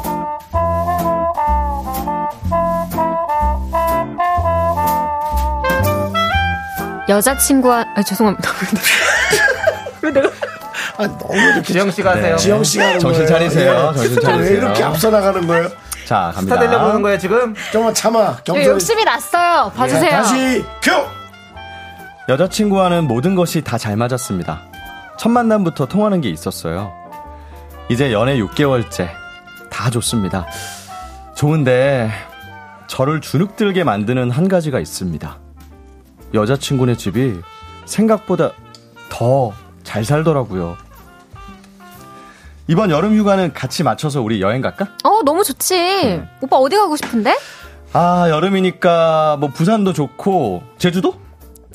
여자친구와, 아, 죄송합니다.
아, 너무 이렇게
지영 씨가 하세요
지영 씨가 하는
네. 정신
거예요.
차리세요.
예.
정신
왜
차리세요.
이렇게 앞서 나가는 거예요?
자, 갑니다.
스타 되려고 하는 거예요 지금?
정말 참아.
네,
경선.
욕심이 났어요. 봐주세요.
예, 다시 큐.
여자친구와는 모든 것이 다 잘 맞았습니다. 첫 만남부터 통하는 게 있었어요. 이제 연애 6개월째. 다 좋습니다. 좋은데, 저를 주눅들게 만드는 한 가지가 있습니다. 여자친구네 집이 생각보다 더 잘 살더라고요. 이번 여름 휴가는 같이 맞춰서 우리 여행 갈까?
어, 너무 좋지.
네.
오빠 어디 가고 싶은데?
아, 여름이니까 뭐 부산도 좋고, 제주도?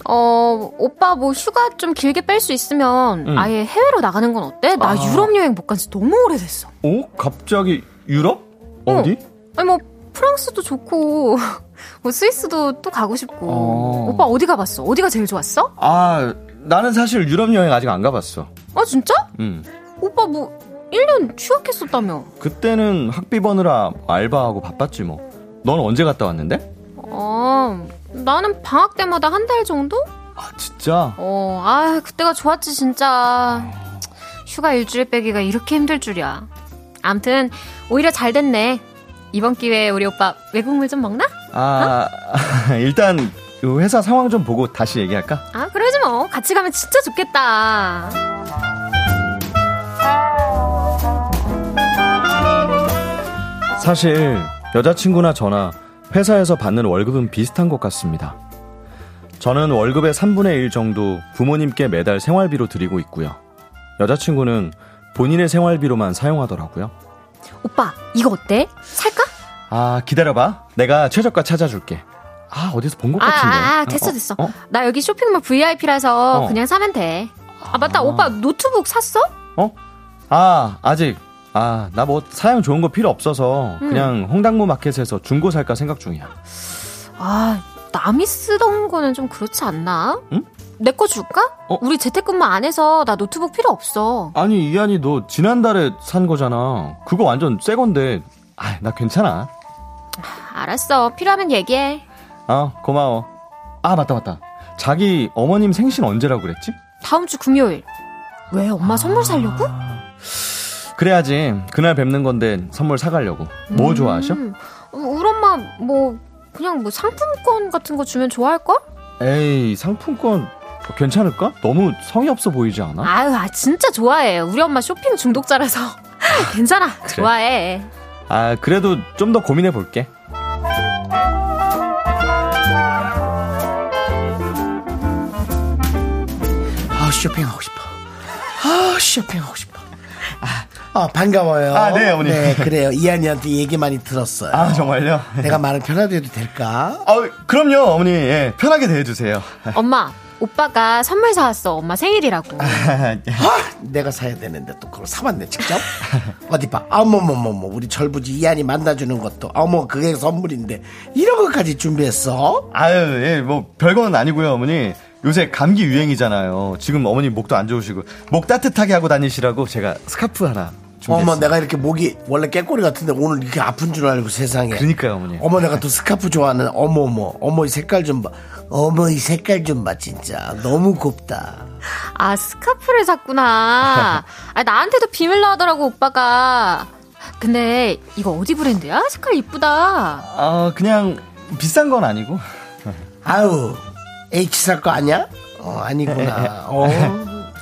어, 오빠 뭐 휴가 좀 길게 뺄 수 있으면
음.
아예 해외로 나가는 건 어때? 나
아.
유럽 여행 못 간 지 너무 오래됐어.
어? 갑자기 유럽? 어디?
아니 뭐 프랑스도 좋고 *laughs* 뭐 스위스도 또 가고 싶고.
어.
오빠 어디 가봤어? 어디가 제일 좋았어?
아 나는 사실 유럽 여행 아직 안 가봤어.
아 진짜?
음.
오빠 뭐 1년 휴학했었다며.
그때는 학비 버느라 알바하고 바빴지 뭐. 넌 언제 갔다 왔는데?
어, 나는 방학 때마다 한 달 정도?
아, 진짜?
어, 아, 그때가 좋았지 진짜. 휴가 일주일 빼기가 이렇게 힘들 줄이야. 암튼 오히려 잘 됐네. 이번 기회에 우리 오빠 외국물 좀 먹나?
아, *laughs* 일단 요 회사 상황 좀 보고 다시 얘기할까?
아, 그러지 뭐. 같이 가면 진짜 좋겠다.
사실 여자친구나 저나 회사에서 받는 월급은 비슷한 것 같습니다. 저는 월급의 3분의 1 정도 부모님께 매달 생활비로 드리고 있고요. 여자친구는 본인의 생활비로만 사용하더라고요.
오빠, 이거 어때? 살까?
아, 기다려봐. 내가 최저가 찾아줄게. 아, 어디서 본 것
아,
같은데.
아, 아, 됐어,
어,
됐어.
어?
나 여기 쇼핑몰 VIP라서
어.
그냥 사면 돼. 아, 맞다. 오빠 노트북 샀어?
어? 아, 아직. 아, 나 뭐 사양 좋은 거 필요 없어서
음.
그냥 홍당무 마켓에서 중고 살까 생각 중이야.
아, 남이 쓰던 거는 좀 그렇지 않나?
응?
내 거 줄까?
어?
우리 재택근무 안 해서 나 노트북 필요 없어.
아니, 이한이 너 지난달에 산 거잖아. 그거 완전 새 건데. 아, 나 괜찮아.
알았어. 필요하면 얘기해.
아, 고마워. 아, 맞다, 맞다. 자기 어머님 생신 언제라고 그랬지?
다음 주 금요일. 왜 엄마
아.
선물 사려고?
그래야지. 그날 뵙는 건데 선물 사가려고. 뭐 좋아하셔?
음, 어, 우리 엄마 뭐 그냥 뭐 상품권 같은 거 주면 좋아할 걸?
에이, 상품권 괜찮을까? 너무 성의 없어 보이지 않아?
아유, 아 진짜 좋아해. 우리 엄마 쇼핑 중독자라서 *laughs* 괜찮아. 좋아해.
아, 그래도 좀 더 고민해 볼게.
아 쇼핑하고 싶어. 아 쇼핑하고 싶어. 아, 아, 반가워요.
아, 네, 어머니.
네, 그래요. 이한이한테 얘기 많이 들었어요.
아, 정말요?
내가 말을 편하게 해도 될까?
아, 그럼요, 어머니. 예, 편하게 대해주세요. *laughs*
엄마, 오빠가 선물 사왔어. 엄마 생일이라고.
아, 내가 사야 되는데 또 그걸 사봤네
*laughs*
직접. 어디 봐. 어머머머머 우리 철부지 이한이 만나주는 것도 어머 그게 선물인데 이런 것까지 준비했어?
아유, 예, 뭐, 별건 아니고요, 어머니. 요새 감기 유행이잖아요. 지금 어머니 목도 안 좋으시고, 목 따뜻하게 하고 다니시라고 제가 스카프 하나 준비했어요.
어머 내가 이렇게 목이 원래 깨꼬리 같은데 오늘 이렇게 아픈 줄 알고 세상에.
그러니까요, 어머니.
어머 내가 또 스카프 좋아하는 어머머 어머 이 색깔 좀 봐. 어머 이 색깔 좀 봐 진짜 너무 곱다.
아, 스카프를 샀구나. 아, 나한테도 비밀로 하더라고, 오빠가. 근데 이거 어디 브랜드야? 색깔 이쁘다.
아, 그냥 비싼 건 아니고.
아우 H 살 거 아니야? 어 아니구나. 어.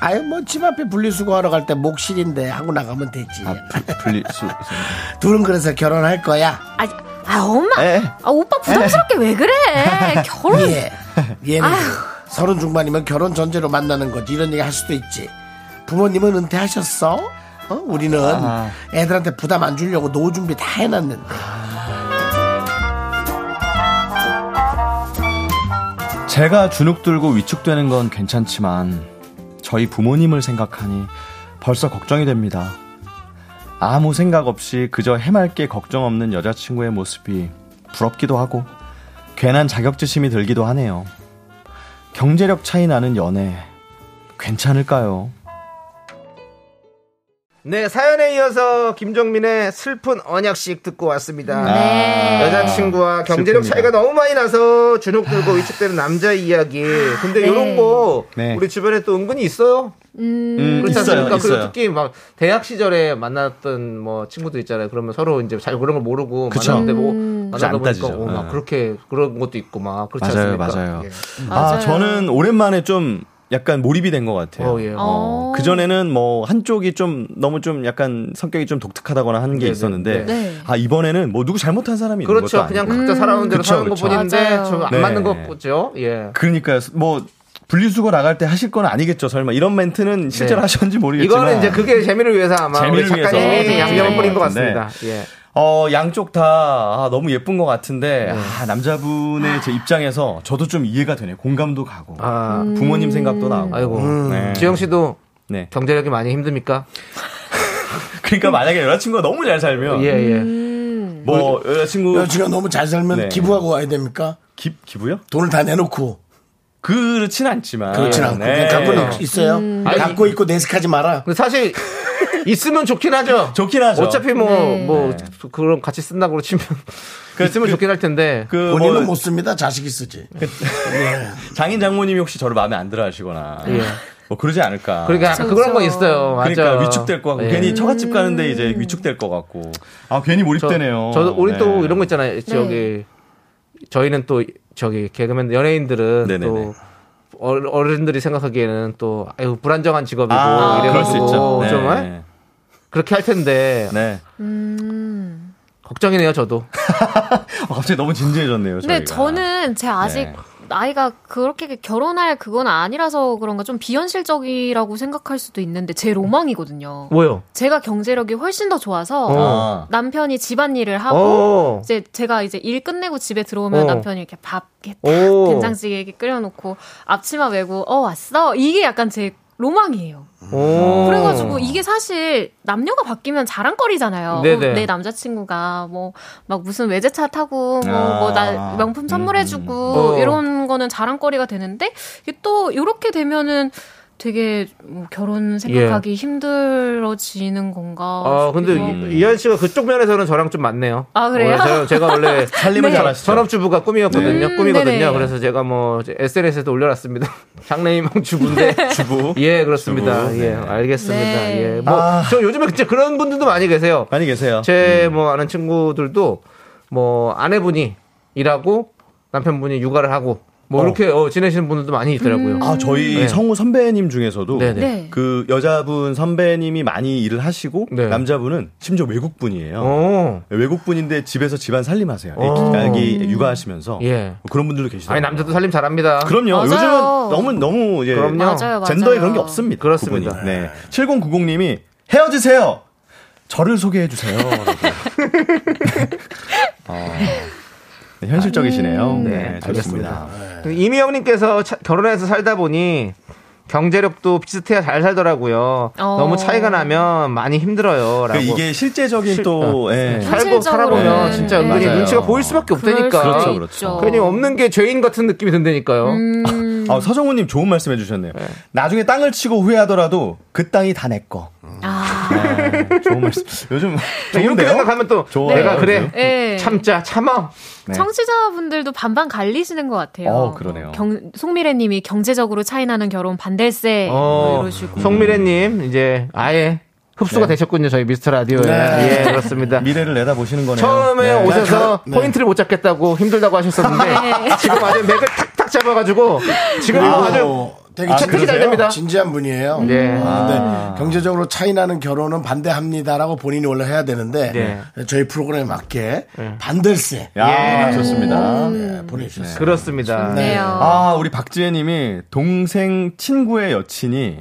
아유 뭐 집 앞에 분리수거 하러 갈 때 목실인데 하고 나가면 되지.
아, 분리수.
둘은 그래서 결혼할 거야.
아, 아 엄마.
에.
아, 오빠 부담스럽게 왜 그래? 결혼.
예. 얘는
음. 아휴.
서른 중반이면 결혼 전제로 만나는 거지 이런 얘기 할 수도 있지. 부모님은 은퇴하셨어? 어? 우리는 애들한테 부담 안 주려고 노후 준비 다 해놨는데.
제가 주눅들고 위축되는 건 괜찮지만 저희 부모님을 생각하니 벌써 걱정이 됩니다. 아무 생각 없이 그저 해맑게 걱정 없는 여자친구의 모습이 부럽기도 하고 괜한 자격지심이 들기도 하네요. 경제력 차이 나는 연애 괜찮을까요?
네, 사연에 이어서 김정민의 슬픈 언약식 듣고 왔습니다.
네.
여자친구와 경제력
슬픕니다.
차이가 너무 많이 나서 주눅 들고 위축되는 남자 이야기. 근데 이런 거
네.
우리 주변에 또 은근히 있어요.
음.
그렇지 않습니까? 그리고 특히 막 대학 시절에 만났던 뭐 친구들 있잖아요. 그러면 서로 이제 잘 그런 걸 모르고
그쵸.
만났는데 뭐
음.
그쵸,
만나다
안
보니까
따지죠.
어, 막
네.
그렇게 그런 것도 있고 막 그렇지
맞아요,
않습니까? 예.
맞아요. 아,
맞아요.
저는 오랜만에 좀 약간 몰입이 된 것 같아요.
어, 예.
어.
그 전에는 뭐 한쪽이 좀 너무 좀 약간 성격이 좀 독특하다거나 하는 게
네네,
있었는데
네.
아 이번에는 뭐 누구 잘못한 사람이 있는 것도
그렇죠.
아니고 음.
그냥 각자 살아오는 대로
그쵸,
사는
그쵸.
것뿐인데
맞아요.
좀 안
네.
맞는 것 같죠. 예.
그러니까요. 뭐 분리수거 나갈 때 하실 건 아니겠죠. 설마 이런 멘트는 실제로
네.
하셨는지 모르겠지만
이거는 이제 그게 재미를 위해서 아마 우리
재미를
작가님이
위해서. 네,
양념을
네.
뿌린 것
네.
같습니다. 예.
어 양쪽 다 아, 너무 예쁜 것
네.
같은데 아, 남자분의 제 입장에서 저도 좀 이해가 되네요. 공감도 가고
아,
음.
부모님 생각도 나고.
아이고. 음.
네.
지영 씨도
네.
경제력이 많이 힘듭니까?
그러니까 만약에 여자친구가 너무 잘 살면
예, 예.
뭐 여자친구
여친가 너무 잘 살면
네.
기부하고 와야 됩니까?
기, 기부요?
돈을 다 내놓고
그렇진 않지만
그렇진 않고 그냥
네.
갖고 있- 있어요.
아니, 그
갖고 있고 내색하지 마라.
근데 사실 있으면 좋긴 하죠.
*laughs* 좋긴 하죠.
어차피 뭐,
네.
뭐, 그런 같이 쓴다고 치면. *laughs* 있으면 좋긴 할 텐데.
그 뭐-
본인은 못 씁니다. 자식이 쓰지.
장인 장모님이 혹시 저를 마음에 안 들어 하시거나 뭐 그러지 않을까.
예. 그러니까
그쵸,
그런건
그쵸.
있어요. 맞아.
그러니까 위축될 것 같고
예.
괜히 처갓집 가는데 이제 위축될 것 같고 아 괜히
저,
몰입되네요.
저도 우리
네.
또 이런 거 있잖아요. 저기 저희는 또 저기 개그맨 연예인들은
네네네.
또 어르- 어른들이 생각하기에는 또 아유 불안정한 직업이고
아, 그럴 수
이래가지고
있죠. 네.
좀 어? 그렇게 할 텐데
네.
음.
걱정이네요. 저도
어, 갑자기 너무 진지해졌네요.
근데
저희가.
저는 제 아직
네.
나이가 그렇게 결혼할 그건 아니라서 그런가 좀 비현실적이라고 생각할 수도 있는데 제 로망이거든요.
뭐요?
제가 경제력이 훨씬 더 좋아서
아.
남편이 집안일을 하고
어.
이제 제가 이제 일 끝내고 집에 들어오면
어.
남편이 이렇게 밥 이렇게 탁
오.
된장찌개 이렇게 끓여놓고 앞치마 메고 어 왔어 이게 약간 제 로망이에요.
오.
그래가지고 이게 사실 남녀가 바뀌면 자랑거리잖아요. 어,
네네.
내 남자친구가 뭐 막 무슨 외제차 타고 뭐
아.
뭐 나 명품 선물해주고
음. 어.
이런 거는 자랑거리가 되는데 이게 또 이렇게 되면은 되게 뭐 결혼 생각하기 힘들어지는 건가?
예. 아 근데
싶기도 하고.
이- 이한 씨가 그쪽 면에서는 저랑 좀 맞네요.
음. 아 그래요?
어, 제가, 제가 원래
*laughs* 살림을
네.
잘하시죠.
전업주부가 꿈이었거든요.
네.
꿈이거든요.
음, 네네.
그래서 제가 뭐 SNS에도 올려놨습니다. *laughs* 장래희망 주부인데
주부
예, 그렇습니다.
주부,
예,
네.
알겠습니다.
네.
예. 뭐,
아.
저 요즘에 진짜 그런 분들도 *laughs* 많이 계세요.
많이 계세요.
제 뭐 아는 친구들도 뭐 아내분이 일하고 남편분이 육아를 하고 뭐
어.
이렇게 어, 지내시는 분들도 많이 있더라고요.
아 저희
네.
성우 선배님 중에서도
네네.
네.
그 여자분 선배님이 많이 일을 하시고
네.
남자분은 심지어 외국 분이에요.
어.
외국 분인데 집에서 집안 살림하세요.
어.
애기, 아기 육아하시면서
예.
뭐 그런 분들도 계시더라고요.
아니 남자도 살림 잘합니다.
그럼요.
맞아요.
요즘은 너무 너무 예,
그럼요.
맞아요, 맞아요.
젠더에 그런 게 없습니다.
그렇습니다.
구분이. 네. 7090님이 헤어지세요. 저를 소개해 주세요. 아, 네, 현실적이시네요. 네, 좋습니다.
그 이미영님께서 차- 결혼해서 살다 보니 경제력도 비슷해야 잘 살더라고요.
어.
너무 차이가 나면 많이 힘들어요라고.
그 이게 실제적인 또 예.
살고 살아보면
현실적으로는,
진짜
네.
은근히
맞아요.
눈치가 보일 수밖에
그럴
없다니까.
수도
어. 그렇죠, 그렇죠.
있죠.
괜히 없는 게 죄인 같은 느낌이 든다니까요.
음.
아, 서정우님 좋은 말씀 해주셨네요. 나중에 땅을 치고 후회하더라도 그 땅이 다 내 거.
아,
네, 좋은 말씀. 요즘
이렇게
좋은데요?
생각하면 또
좋아요.
내가 그래
예.
참자 참아.
네.
청취자분들도 반반 갈리시는 것 같아요.
어, 그러네요.
경- 송미래님이 경제적으로 차이나는 결혼 반댈세
어,
뭐 이러시고
송미래님 이제 아예 흡수가 되셨군요 저희 미스터 라디오에. 예 그렇습니다.
네. 미래를 내다보시는 거네요.
처음에
네.
오셔서 포인트를 못 잡겠다고 힘들다고
*laughs*
하셨었는데
네.
지금 아주 맥을 탁탁 잡아가지고 지금 아주 네.
뭐, 그리고 되게 진-
채택이 잘 됩니다.
진지한 분이에요. 네.
예.
근데 경제적으로 차이 나는 결혼은 반대합니다라고 본인이 원래 해야 되는데
네.
저희 프로그램에 맞게 반댈세
야,
예.
좋습니다.
음.
네, 보내주셨어요.
그렇습니다.
네요.
아, 우리 박지혜님이 동생 친구의 여친이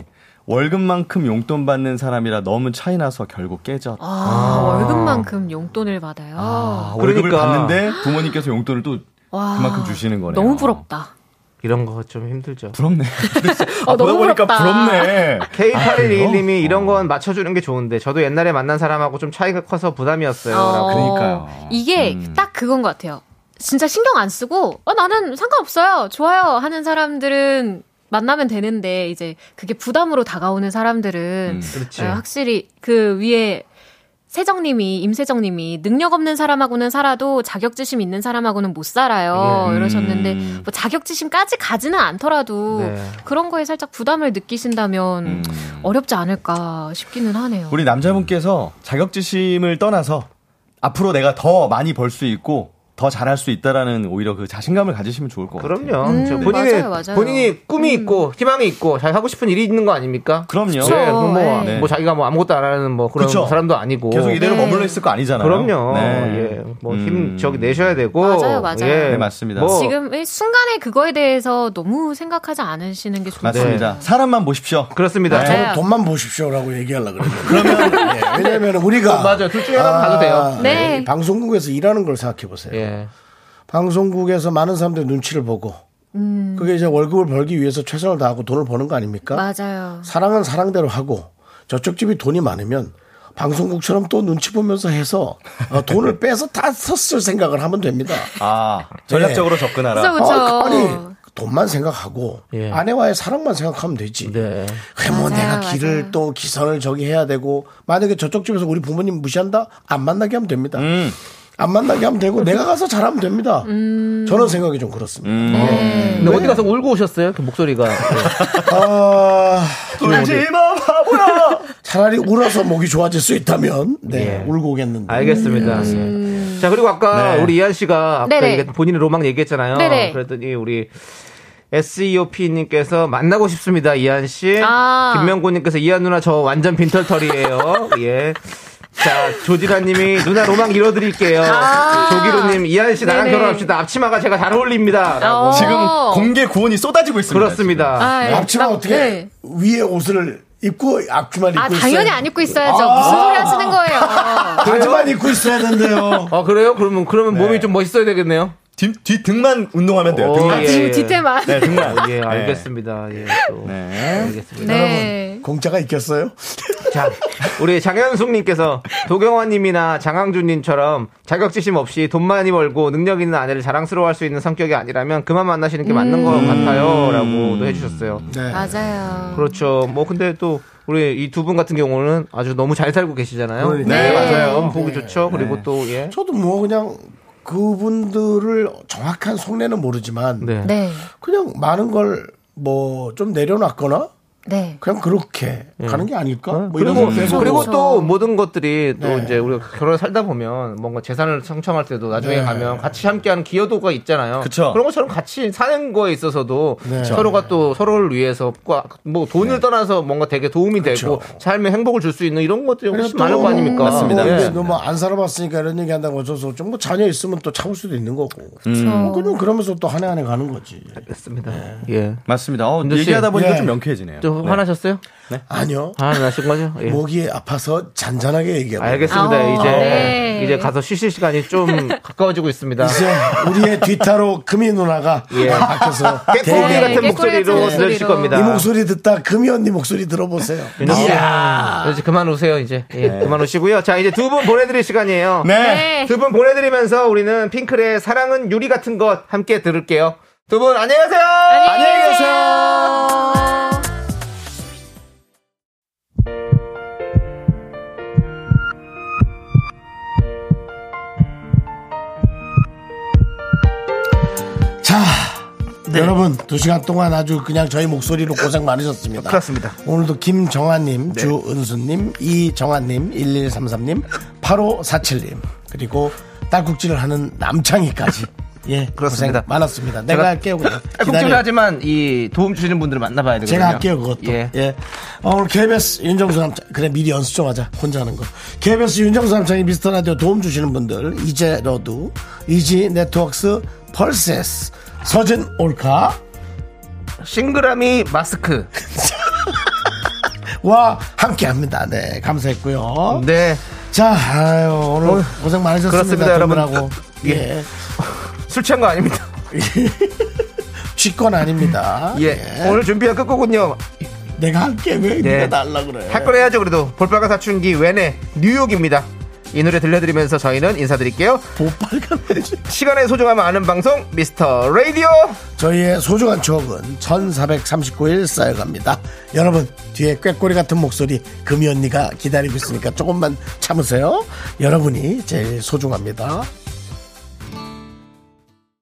월급만큼 용돈 받는 사람이라 너무 차이나서 결국 깨졌.
아, 월급만큼 용돈을 받아요.
아, 월급을
그러니까.
받는데 부모님께서 용돈을 또
와,
그만큼 주시는 거네요.
너무 부럽다.
이런 거 좀 힘들죠.
부럽네.
어,
아, 보다
너무
보니까
부럽다.
부럽네.
K821님이 이런 건 맞춰주는 게 좋은데 저도 옛날에 만난 사람하고 좀 차이가 커서 부담이었어요. 라고.
어,
네, 아, 그러니까요. 음.
이게 딱 그건 것 같아요. 진짜 신경 안 쓰고 어, 나는 상관없어요. 좋아요 하는 사람들은 만나면 되는데 이제 그게 부담으로 다가오는 사람들은
음.
그렇지.
어,
아.
확실히 그 위에 세정님이 임세정님이 능력 없는 사람하고는 살아도 자격지심 있는 사람하고는 못 살아요
예.
어, 이러셨는데
음.
뭐 자격지심까지 가지는 않더라도
네.
그런 거에 살짝 부담을 느끼신다면 어렵지 않을까 싶기는 하네요.
음. 우리 남자분께서 자격지심을 떠나서 앞으로 내가 더 많이 벌 수 있고 더 잘할 수 있다라는 오히려 그 자신감을 가지시면 좋을 것 같아요.
그럼요.
음,
저 본인의
맞아요, 맞아요. 음.
본인이 꿈이 있고 희망이 있고 잘 하고 싶은 일이 있는 거 아닙니까?
그럼요.
예, 그럼 뭐,
네.
뭐 자기가 뭐 아무것도 안 하는 뭐 그런
그쵸.
사람도 아니고
계속 이대로
네.
머물러 있을 거 아니잖아요.
그럼요.
네.
예. 뭐 힘
음.
저기 내셔야 되고. 예. 뭐
맞아요, 맞아요.
네, 맞습니다.
지금 이 순간에 그거에 대해서 너무 생각하지 않으시는 게 좋을 것 같아요.
맞습니다. 네. 사람만 보십시오.
그렇습니다.
네.
맞아요.
돈만 보십시오라고 얘기하려고 그래요. 그러면 왜냐면 우리가
어, 맞아요. 둘 중에 하나는 봐도 돼요.
네.
이 방송국에서 일하는 걸 생각해 보세요.
예.
네.
방송국에서 많은 사람들의 눈치를 보고 그게 이제 월급을 벌기 위해서 최선을 다하고 돈을 버는 거 아닙니까?
맞아요.
사랑은 사랑대로 하고 저쪽 집이 돈이 많으면 방송국처럼 또 눈치 보면서 해서 어,
*laughs*
돈을 빼서 다 썼을 생각을 하면 됩니다.
아, *laughs* 전략적으로 접근하라.
그쵸, 그쵸.
아, 아니 돈만 생각하고
예.
아내와의 사랑만 생각하면 되지.
네.
그래 뭐
맞아요,
내가 길을
맞아요.
또 기선을 저기 해야 되고 만약에 저쪽 집에서 우리 부모님 무시한다 안 만나게 하면 됩니다.
음.
안 만나게 하면 되고 내가 가서 잘하면 됩니다.
음.
저는 생각이 좀 그렇습니다.
음.
근데
네.
어디 가서 울고 오셨어요? 그
*laughs*
목소리가.
아,
울지마 바보야.
차라리 울어서 목이 좋아질 수 있다면 네
예.
울고 오겠는데.
알겠습니다. 예. 자 그리고 아까
네.
우리 이한 씨가 아까
음. 네네.
얘기했던 본인의 로망 얘기했잖아요.
네네.
그랬더니 우리 SEOP님께서 만나고 싶습니다, 이한 씨.
아.
김명곤님께서 이한 누나 저 완전
*laughs*
빈털털이에요. 예. 자 조지라님이 누나 로망 이뤄드릴게요.
아.
조기로님 이한 씨 나랑
네네.
결혼합시다. 앞치마가 제가 잘 어울립니다. 라고.
어.
지금 공개 구원이 쏟아지고 있습니다.
그렇습니다.
아, 예.
앞치마
나-
어떻게
네.
위에 옷을 입고 앞치마를 입고
아
있어요?
당연히 안 입고 있어야죠.
아.
무슨 소리 하시는 거예요?
바지만 입고 있어야 된대요.
아 그래요? 그러면 그러면 몸이 좀 멋있어야 되겠네요.
지금. 뒤, 뒤 등만 운동하면 돼요.
오,
등만.
예.
지금 뒷대만.
네, 등만.
예, 알겠습니다. 예, 또. 알겠습니다.
네.
공짜가 있겠어요?
자, 우리 장현숙님께서 도경화님이나 장항준님처럼 자격지심 없이 돈 많이 벌고 능력 있는 아내를 자랑스러워할 수 있는 성격이 아니라면 그만 만나시는 게
음.
맞는 것 같아요라고도 해주셨어요.
네.
맞아요.
그렇죠. 뭐 근데 또 우리 이 두 분 같은 경우는 아주 너무 잘 살고 계시잖아요.
네.
맞아요. 너무 보기 좋죠. 그리고 또 예.
저도 뭐 그냥 그분들을 정확한 속내는 모르지만
네.
네.
그냥 많은 걸 뭐 좀 내려놨거나
네.
그냥 그렇게 가는 게 아닐까? 뭐 이런
예. 네. 그리고,
생각도 해서
그리고
그렇죠.
또 모든 것들이 또 이제 우리가 결혼을 살다 보면 뭔가 재산을 청청할 때도 나중에
네.
가면 같이 함께하는 기여도가 있잖아요.
그쵸.
런 것처럼 같이 사는 거에 있어서도
네.
서로가 또 서로를 위해서 꽉- 뭐 돈을 떠나서 뭔가 되게 도움이 되고 삶에 행복을 줄 수 있는 이런 것들이 훨씬 많을 거 아닙니까?
맞습니다.
예.
너무 안 살아봤으니까 이런 얘기 한다고 어쩔 수 없죠. 뭐 자녀 있으면 또 참을 수도 있는 거고.
음.
뭐 그냥 그러면서 또 한 해 한 해 가는 거지.
맞습니다. 예.
맞습니다. 어,
은주 씨.
얘기하다 보니까
예.
좀 명쾌해지네요.
좀 화나셨어요?
아니요.
화 안 나신 거죠? 예.
목이 아파서 잔잔하게 얘기하고.
알겠습니다.
아,
이제
네.
이제 가서 쉬실 시간이 좀 *laughs* 가까워지고 있습니다.
이제 우리의 뒤타로 금이 누나가
예.
밖에서
*laughs* 깨꼬리
대게
같은
깨꼬리
목소리로
같은
들으실
목소리로.
겁니다.
이 목소리 듣다 금이 언니 목소리 들어보세요. 예.
윤정 씨. 이제 그만 오세요, 이제. 예, 그만 오시고요. 자, 이제 두 분 보내드릴 시간이에요.
네.
두 분 보내드리면서 우리는 핑클의 사랑은 유리 같은 것 함께 들을게요. 두 분 안녕히 가세요! 아, 안녕히
자, 여러분 두 시간 동안 아주 그냥 저희 목소리로 고생 많으셨습니다.
그렇습니다. 네.
오늘도 김정아님, 주은수님, 이정아님, 1133님, 8547님 그리고 딸꾹질을 하는 남창희까지 예
그렇습니다.
고생 많았습니다. 내가
제가
할게요. 그냥.
꼭지를
기다려.
하지만 이 도움 주시는 분들을 만나봐야 되거든요.
제가 할게요 그것도. 예.
예.
어, 오늘 KBS 윤정수 남창 그래 미리 연습 좀 하자 혼자 하는 거. KBS 윤정수 남창이 미스터 라디오 도움 주시는 분들 이제 너도 이지 네트웍스 펄세스 서진 올카
싱그라미 마스크.
와 함께합니다. 네 감사했고요.
네. 어,
자 아유, 오늘 고생 많으셨습니다.
그렇습니다, 여러분.
하고
예.
예.
술 취한 거 아닙니다.
쥐건 아닙니다.
예. 오늘 준비한 끝곡은요.
내가 할게 왜
네.
네가 달라 그래.
할 걸 해야죠, 그래도. 볼빨간 사춘기 외내 뉴욕입니다. 이 노래 들려드리면서 저희는 인사드릴게요.
보빨간 거지.
시간의 소중함 아는 방송 미스터 라디오
저희의 소중한 추억은 1439일 쌓여갑니다. 여러분, 뒤에 꾀꼬리 같은 목소리 금이 언니가 기다리고 있으니까 조금만 참으세요. 여러분이 제일 소중합니다.